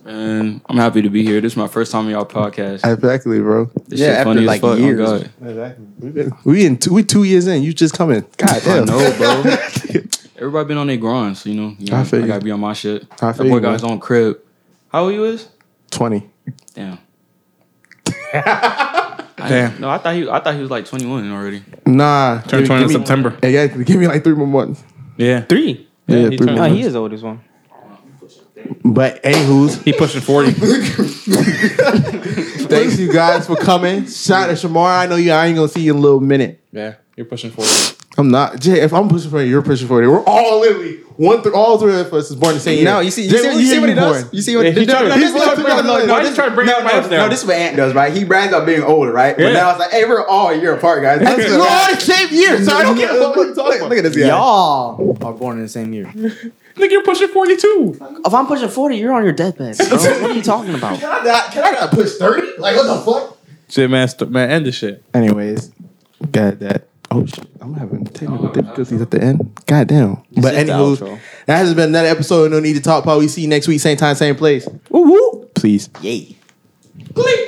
And I'm happy to be here. This is my first time on y'all podcast. Uh, Exactly, bro. This Yeah, shit after funny like as fuck. oh years. God. Exactly. We in two, we two years in. You just coming. God I damn. know, bro. Everybody been on their grinds, you know. You know, I feel gotta you. be on my shit. I that feel boy you, got man. his own crib. How old you is? Twenty. Damn. Damn. No, I thought he. I thought he was like twenty one already. Nah. Turned 20 give in me, September. Hey, yeah, give me like three more months. Yeah. Three. Yeah, he three turned- more No, he months. is the oldest one. But anywho's, He pushing 40. thanks you guys for coming. Shout out to Shamar. I know you. I ain't gonna see you in a little minute. yeah, you're pushing 40. I'm not. Jay, if I'm pushing for you, you're pushing for you. We're all literally one through all three of us is born the same year. No, you see, you Jay, see, what you year see what he born? does. You see what Yeah, he no, tried to- no, he this- tried to no, bring no, up- no, no, no, he this- tried to bring no, up my no, up there. No, this is what Ant does, right? He brags about being older, right? But Yeah. now it's like, hey, we're all a year apart, guys. That's We're all the same year, so I don't care what we're look, talking look, about. look at this guy. Y'all are born in the same year. Nigga, you're pushing 42. If I'm pushing 40, you're on your deathbed. Bro. what are you talking about? Can I not, can I not push 30? Like, what the fuck? Shit, man, st- man, end this shit. Anyways, got that. Oh shit, I'm having technical difficulties at the end. Goddamn. Oh, But Sit down, anywho, Joe. that has been another episode of No Need to Talk Pod. We see you next week, same time, same place. Please. Yay. Please.